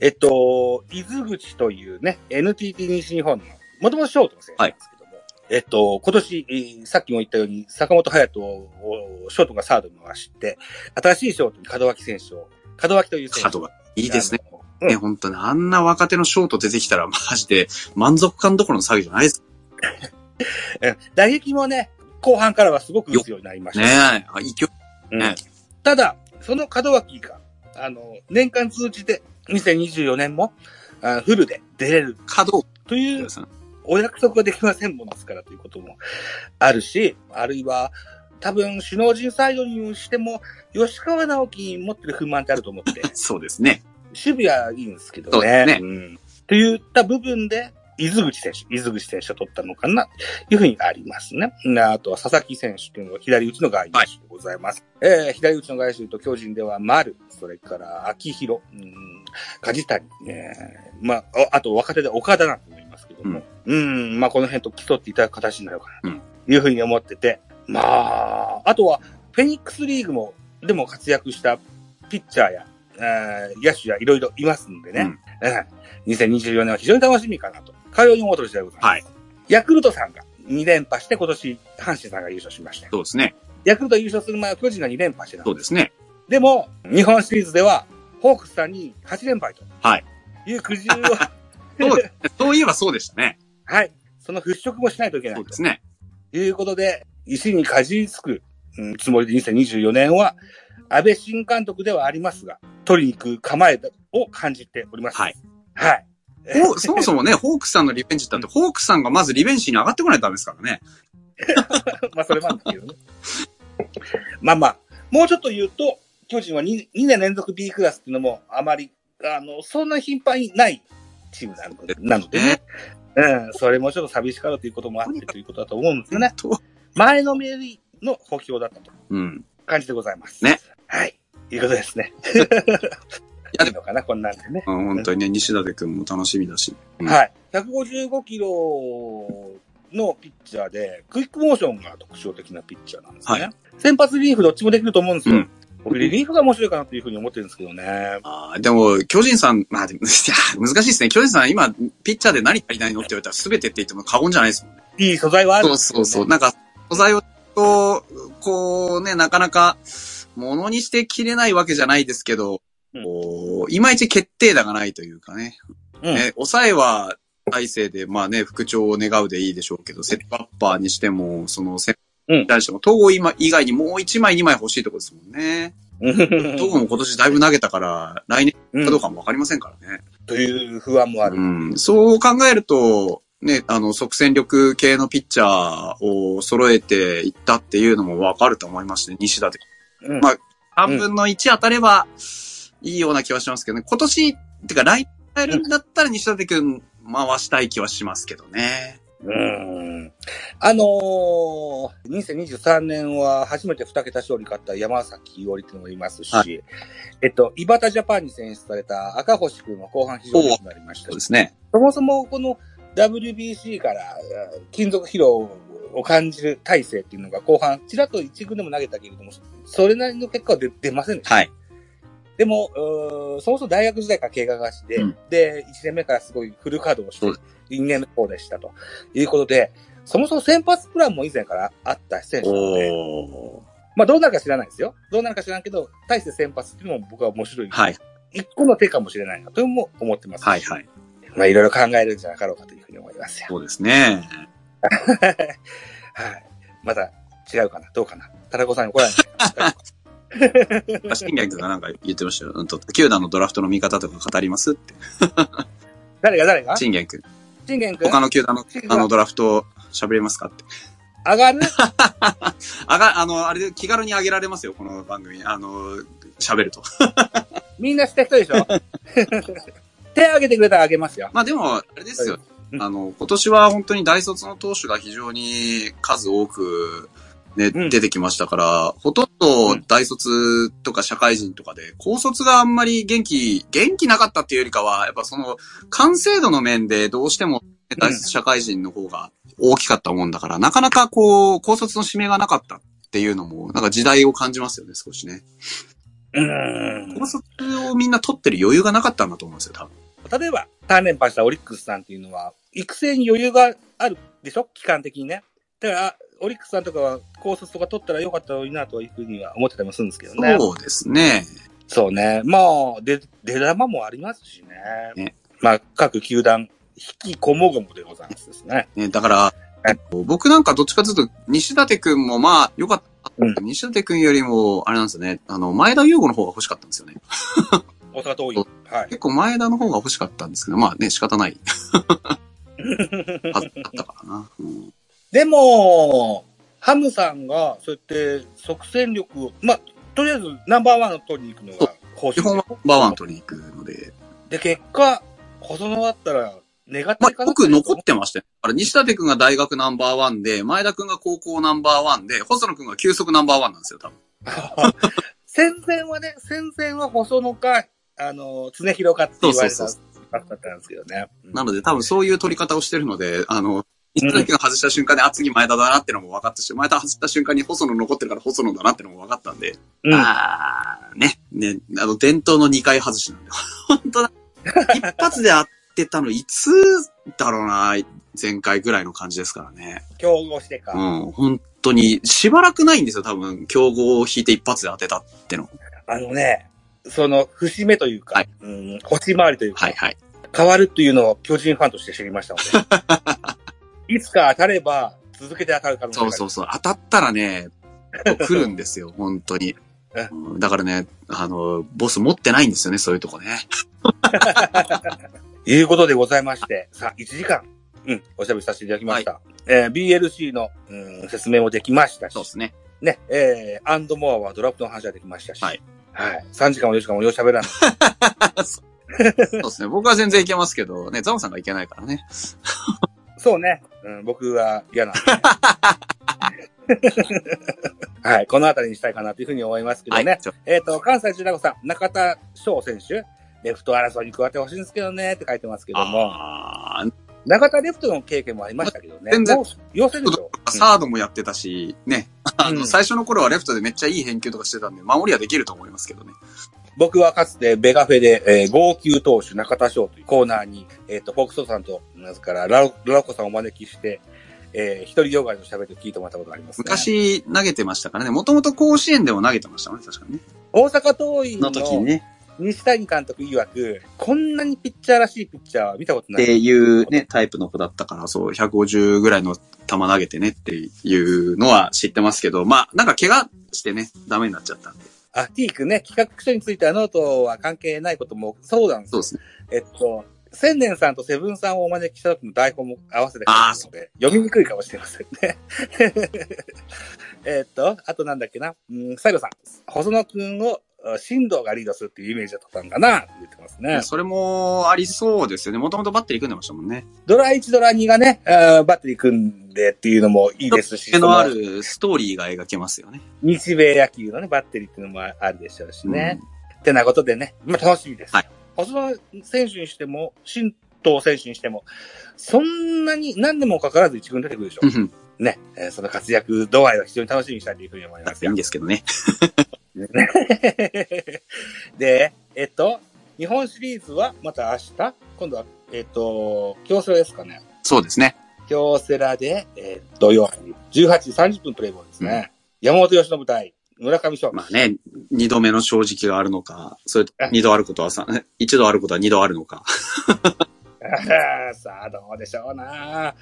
A: えっと、伊豆口というね、NTT 西日本の、もともとショートの選手なんですけども、えっと、今年、えーさっきも言ったように、坂本隼人をショートがサードに回して、新しいショートに門脇選手を門脇という選手。
B: 角が。いいですね。
A: うん
B: ね、本当に。あんな若手のショート出てきたら、マジで、満足感どころの詐欺じゃないです。
A: うん打撃もね、後半からはすごく打つようになりました。
B: ねえ。あ、勢い。
A: うん
B: ね
A: ただ、その門脇が、あの、年間通じて、2024年も、あフルで出れる
B: 角を。
A: というお約束ができませんものですからということもあるし、あるいは、多分、首脳陣サイドにしても、吉川直樹に持ってる不満ってあると思って、
B: そうですね。
A: 守備はいいんですけど
B: そうで
A: ね。
B: すね
A: うん。といった部分で、伊豆口選手、伊豆口選手を取ったのかな、というふうにありますね。うんあとは佐々木選手というのは左打ちの外野手でございます。えー左打ちの外野手と巨人では丸、それから秋広、うん、梶谷、えーまあ、ああと若手で岡田なんて思いますけども、うん、まあこの辺と競っていただく形になるかな、というふうに思ってて、まあ、あとはフェニックスリーグも、でも活躍したピッチャーや、えー野手やいろいろいますんでね、
B: うん
A: ええ2024年は非常に楽しみかなと、かように思うとる次第でございます。
B: はい。
A: ヤクルトさんが2連覇して、今年、阪神さんが優勝しました。
B: そうですね。
A: ヤクルト優勝する前は巨人が2連覇してた
B: そうですね。
A: でも、日本シリーズでは、ホークスさんに8連敗と。
B: はい。
A: いう苦渋を、
B: [laughs] そうですね。そういえばそうでしたね。
A: [laughs] はい。その払拭もしないといけな
B: そ。
A: いう
B: ですね。
A: ということで、石にかじりつく、うんつもりで2024年は、安倍新監督ではありますが、取りに行く構えを感じております。
B: はい。
A: はい。 [laughs]
B: ほうそもそもね、ホークスさんのリベンジだって、ホークスさんがまずリベンジに上がってこないとダメですからね。
A: まあ、それもあるんですけどね。 [laughs] まあまあ、もうちょっと言うと、巨人は 2, 2年連続 B クラスっていうのも、あまり、あの、そんな頻繁にないチームなのでなのでね。
B: ね。
A: うん、それもちょっと寂しかろうということもあってということだと思うんですよね。
B: と
A: 前のめりの補強だったと
B: うん。
A: 感じでございます。
B: ね。
A: はい。いうことですね。
B: や
A: いいのかな、こんなんでね。
B: あ本当にね、西舘くんも楽しみだし。うん
A: はい。155キロのピッチャーで、クイックモーションが特徴的なピッチャーなんですね。
B: は
A: 先発リリーフどっちもできると思うんですよ。
B: うん
A: 僕リリーフが面白いかなというふうに思ってるんですけどね。
B: あーでも、巨人さん、まあでも、 [laughs] いや難しいですね。巨人さん、今、ピッチャーで何足りないのって言われたら、全てって言っても過言じゃないですもんね。
A: いい素材はあるん
B: そ
A: で
B: う
A: す
B: そうそう。
A: ね。
B: なんか、素材を、こう、こうね、なかなか、ものにして切れないわけじゃないですけど、
A: うん
B: こういまいち決定打がないというかね。
A: うん
B: ね抑えは、大勢で、まあね、復調を願うでいいでしょうけど、セットアッパーにしても、その、セッ
A: う
B: ト
A: ん
B: に対しても、統合今以外にもう1枚2枚欲しいとこですもんね。どこも今年だいぶ投げたから、来年
A: うん
B: かどうかもわかりませんからね。
A: という不安もある。
B: うん。そう考えると、ね、あの、即戦力系のピッチャーを揃えていったっていうのもわかると思いまして、西田で。
A: うん
B: まあ半分の1当たればいいような気はしますけどね。今年、ってか来年えるんだったら西舘くん回したい気はしますけどね。
A: うんあのー、2023年は初めて2桁勝利勝った山崎伊織っていうのもいますし、
B: は
A: えっと、井端ジャパンに選出された赤星君も後半非常に良くなりました
B: そ
A: し
B: うで、すね。
A: そもそもこの WBC からえー金属疲労を感じる体制っていうのが後半、ちらっと一軍でも投げたけれども、それなりの結果は出出ませんでした。
B: はい。
A: でも、うーそもそも大学時代から経過がして、
B: うん
A: で、1年目からすごいフル稼働
B: そう
A: して、2年目こうでしたということで、そもそも先発プランも以前からあった選手なので、
B: おー。
A: まあどうなるか知らないですよ。どうなるか知らんけど、大して先発っていうのも僕は面白い。
B: はい。
A: 一個の手かもしれないなとも思ってます。
B: はいはい。
A: まあいろいろ考えるんじゃなかろうかというふうに思いますよ。 [laughs]
B: そうですね。
A: はい。また違うかなどうかなタラコさんに怒られない
B: 新垣くんがなんか言ってましたよ。うんと、球団のドラフトの見方とか語りますって。
A: 誰が誰が
B: 新垣くん。
A: 信玄君
B: 他の球団の、あの、ドラフト喋れますかって。
A: 上がる
B: あが、あの、あれで気軽に上げられますよ、この番組。あの、喋ると。
A: みんな知った人でしょ [laughs] 手挙げてくれたらあげますよ。
B: まあでも、あれですよ。
A: うん
B: あの、今年は本当に大卒の投手が非常に数多く、ね、
A: うん
B: 出てきましたから、ほとんど大卒とか社会人とかで、高卒があんまり元気、元気なかったっていうよりかは、やっぱその、完成度の面でどうしても、ね大卒社会人の方が大きかったもんだから、なかなかこう、高卒の指名がなかったっていうのも、なんか時代を感じますよね、少しね。
A: うーん
B: 高卒をみんな取ってる余裕がなかったんだと思うんですよ、多分。
A: 例えば、3連覇したオリックスさんっていうのは、育成に余裕があるでしょ期間的にね。だから、オリックスさんとかは高卒とか取ったらよかったのになというふうには思ってたりもするんですけどね。
B: そうですね。
A: そうね。まあ、で、出玉もありますしね。
B: ね
A: まあ、各球団、引きこもごもでございますですね。
B: ね、だから
A: はい、
B: 僕なんかどっちかというと、西舘くんもまあ、良かった。
A: うん
B: 西舘くんよりも、あれなんですよね、あの、前田優吾の方が欲しかったんですよね。
A: 大阪桐蔭。はい。
B: 結構前田の方が欲しかったんですけど、まあね、仕方
A: [laughs]
B: ない。ああったからな。うん
A: でも、ハムさんが、そうやって即戦力を、まあ、とりあえずナンバーワンを取りに行くのが方
B: 基
A: 針
B: 本はナンバーワン取りに行くので、
A: で、結果、細野だったら、願っ
B: まあ
A: てい、かな
B: 僕残ってましたよ。だから西舘くんが大学ナンバーワンで、前田くんが高校ナンバーワンで、細野くんが急速ナンバーワンなんですよ、多分。
A: 戦前はね、戦前は細野か、あの、常広かって言われた
B: そうそう
A: だったんですけどね。
B: なので、多分そういう取り方をしてるので、あの、西舘くんが外した瞬間で、あ、次前田だなってのも分かったし、前田外した瞬間に細野残ってるから細野だなってのも分かったんで、
A: うん、うん。
B: あー、ね、ね、あの、伝統の2回外しなんで、 [laughs] 本当だ。一発で当てたの、いつだろうな、前回ぐらいの感じですからね。
A: 競合してか。
B: うん、本当に、しばらくないんですよ、多分、競合を引いて一発で当てたっての。
A: あのね、その、節目というか、
B: はい
A: うん、星回りというか、
B: はいはい。
A: 変わるというのを巨人ファンとして知りましたの
B: [laughs]
A: で。いつか当たれば、続けて当たる可能性が
B: そ
A: あ
B: う
A: る
B: そうそう。当たったらね、来るんですよ、本当に。うんだからね、あの、ボス持ってないんですよね、そういうとこね。
A: いうことでございまして、さあ、1時間、うん、おしゃべりさせていただきました。えー BLC の、うん、説明もできましたし
B: そう、ですね。
A: ね、えー、アンドモアはドラフトの話はできましたし、
B: はい。
A: はい。3時間も4時間もようしゃべらない。
B: そうですね。僕は全然いけますけど、ね、ザムさんがいけないからね。
A: そうね。うん、僕は嫌なんで。
B: [laughs]
A: はい。このあたりにしたいかなというふうに思いますけど
B: は
A: ね。
B: い。ちょ
A: えっ、と、関西中大子さん、中田翔選手、レフト争いに加わってほしいんですけどね、って書いてますけども、
B: あー
A: 中田レフトの経験もありましたけどね。
B: 全然
A: もう要するにでしょ
B: サードもやってたし、ね。あ
A: う
B: の、
A: ん
B: 最初の頃はレフトでめっちゃいい返球とかしてたんで、守りはできると思いますけどね。
A: 僕はかつてベガフェで、えー号泣投手中田翔というコーナーに、えっ、と、フォークソーさんと、ですから、ラロラロコさんをお招きして、えー一人業界の喋りを聞いてもらったことがあります、ね。
B: 昔投げてましたからね。もともと甲子園でも投げてましたもんね、確かにね。
A: 大阪桐蔭
B: の時に
A: の
B: ね。
A: 西谷監督曰く、こんなにピッチャーらしいピッチャーは見たこと
B: っ
A: な
B: て
A: い。
B: いうね、タイプの子だったから、そう、150ぐらいの球投げてねっていうのは知ってますけど、まあ、なんか怪我してね、ダメになっちゃったんで。
A: あ、ティークね、企画書についてはノートは関係ないこともそうなんです
B: そうですね。
A: えっと、千年さんとセブンさんをお招きした時の台本も合わせて書いて
B: あ
A: あ
B: ー
A: る
B: そ
A: ので、読みにくいかもしれませんね。 [laughs] えっと、あとなんだっけな、うん、最後さん、細野くんを、あ新藤がリードするっていうイメージだったんかな、って言ってますね。
B: それもありそうですよね。もともとバッテリー組んでましたもんね。
A: ドラ1、ドラ2がね、あーバッテリー組んでっていうのもいいですし、
B: 手のあ
A: その
B: るストーリーが描けますよね。
A: 日米野球のね、バッテリーっていうのもあるでしょうしね。ってなことでね、まあ、楽しみです。
B: はい
A: 細田選手にしても、新藤選手にしても、そんなに何でもかからず一軍出てくるでしょ
B: う。ん。 [laughs]
A: ね、えーその活躍度合いは非常に楽しみにしたいというふうに思い
B: だ
A: ま
B: っ
A: す [laughs]
B: ていい
A: よ
B: ん。ですけどね。
A: で、えっと、日本シリーズはまた明日、今度は、えっと、京セラですかね。
B: そうですね。
A: 京セラで、えー土曜日、18時30分プレイボールですね。山本由伸対村上翔。
B: まあね、二度目の正直があるのか、それと二度あることはさ、 [laughs] 一度あることは二度あるのか。
A: あー [laughs] さあ、どうでしょうな。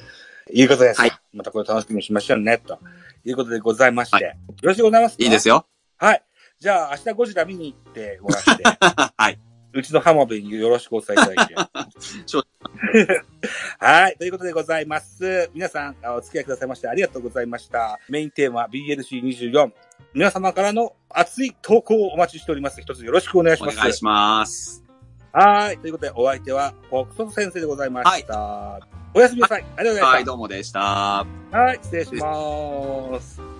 A: いうことです。
B: はい
A: またこれ楽しみにしましょうね、ということでございまして。よろしくございますか
B: いいで
A: [laughs]
B: すよ。
A: はい。じゃあ、明日ゴジラ見に行ってもら
B: [laughs]
A: って、
B: はい。
A: うちの浜辺によろしくお伝えいただい
B: [laughs]
A: て
B: 承。
A: [laughs] はい。ということでございます。皆さん、あお付き合いくださいましてありがとうございました。メインテーマは BLC24。皆様からの熱い投稿をお待ちしております。一つよろしくお願いし
B: お
A: ます。
B: 願いします。
A: はい。ということで、お相手は、北斗先生でございました。おやすみなさい。ありがとうございま
B: はい、
A: した。
B: どうもでした。
A: はい、失礼します。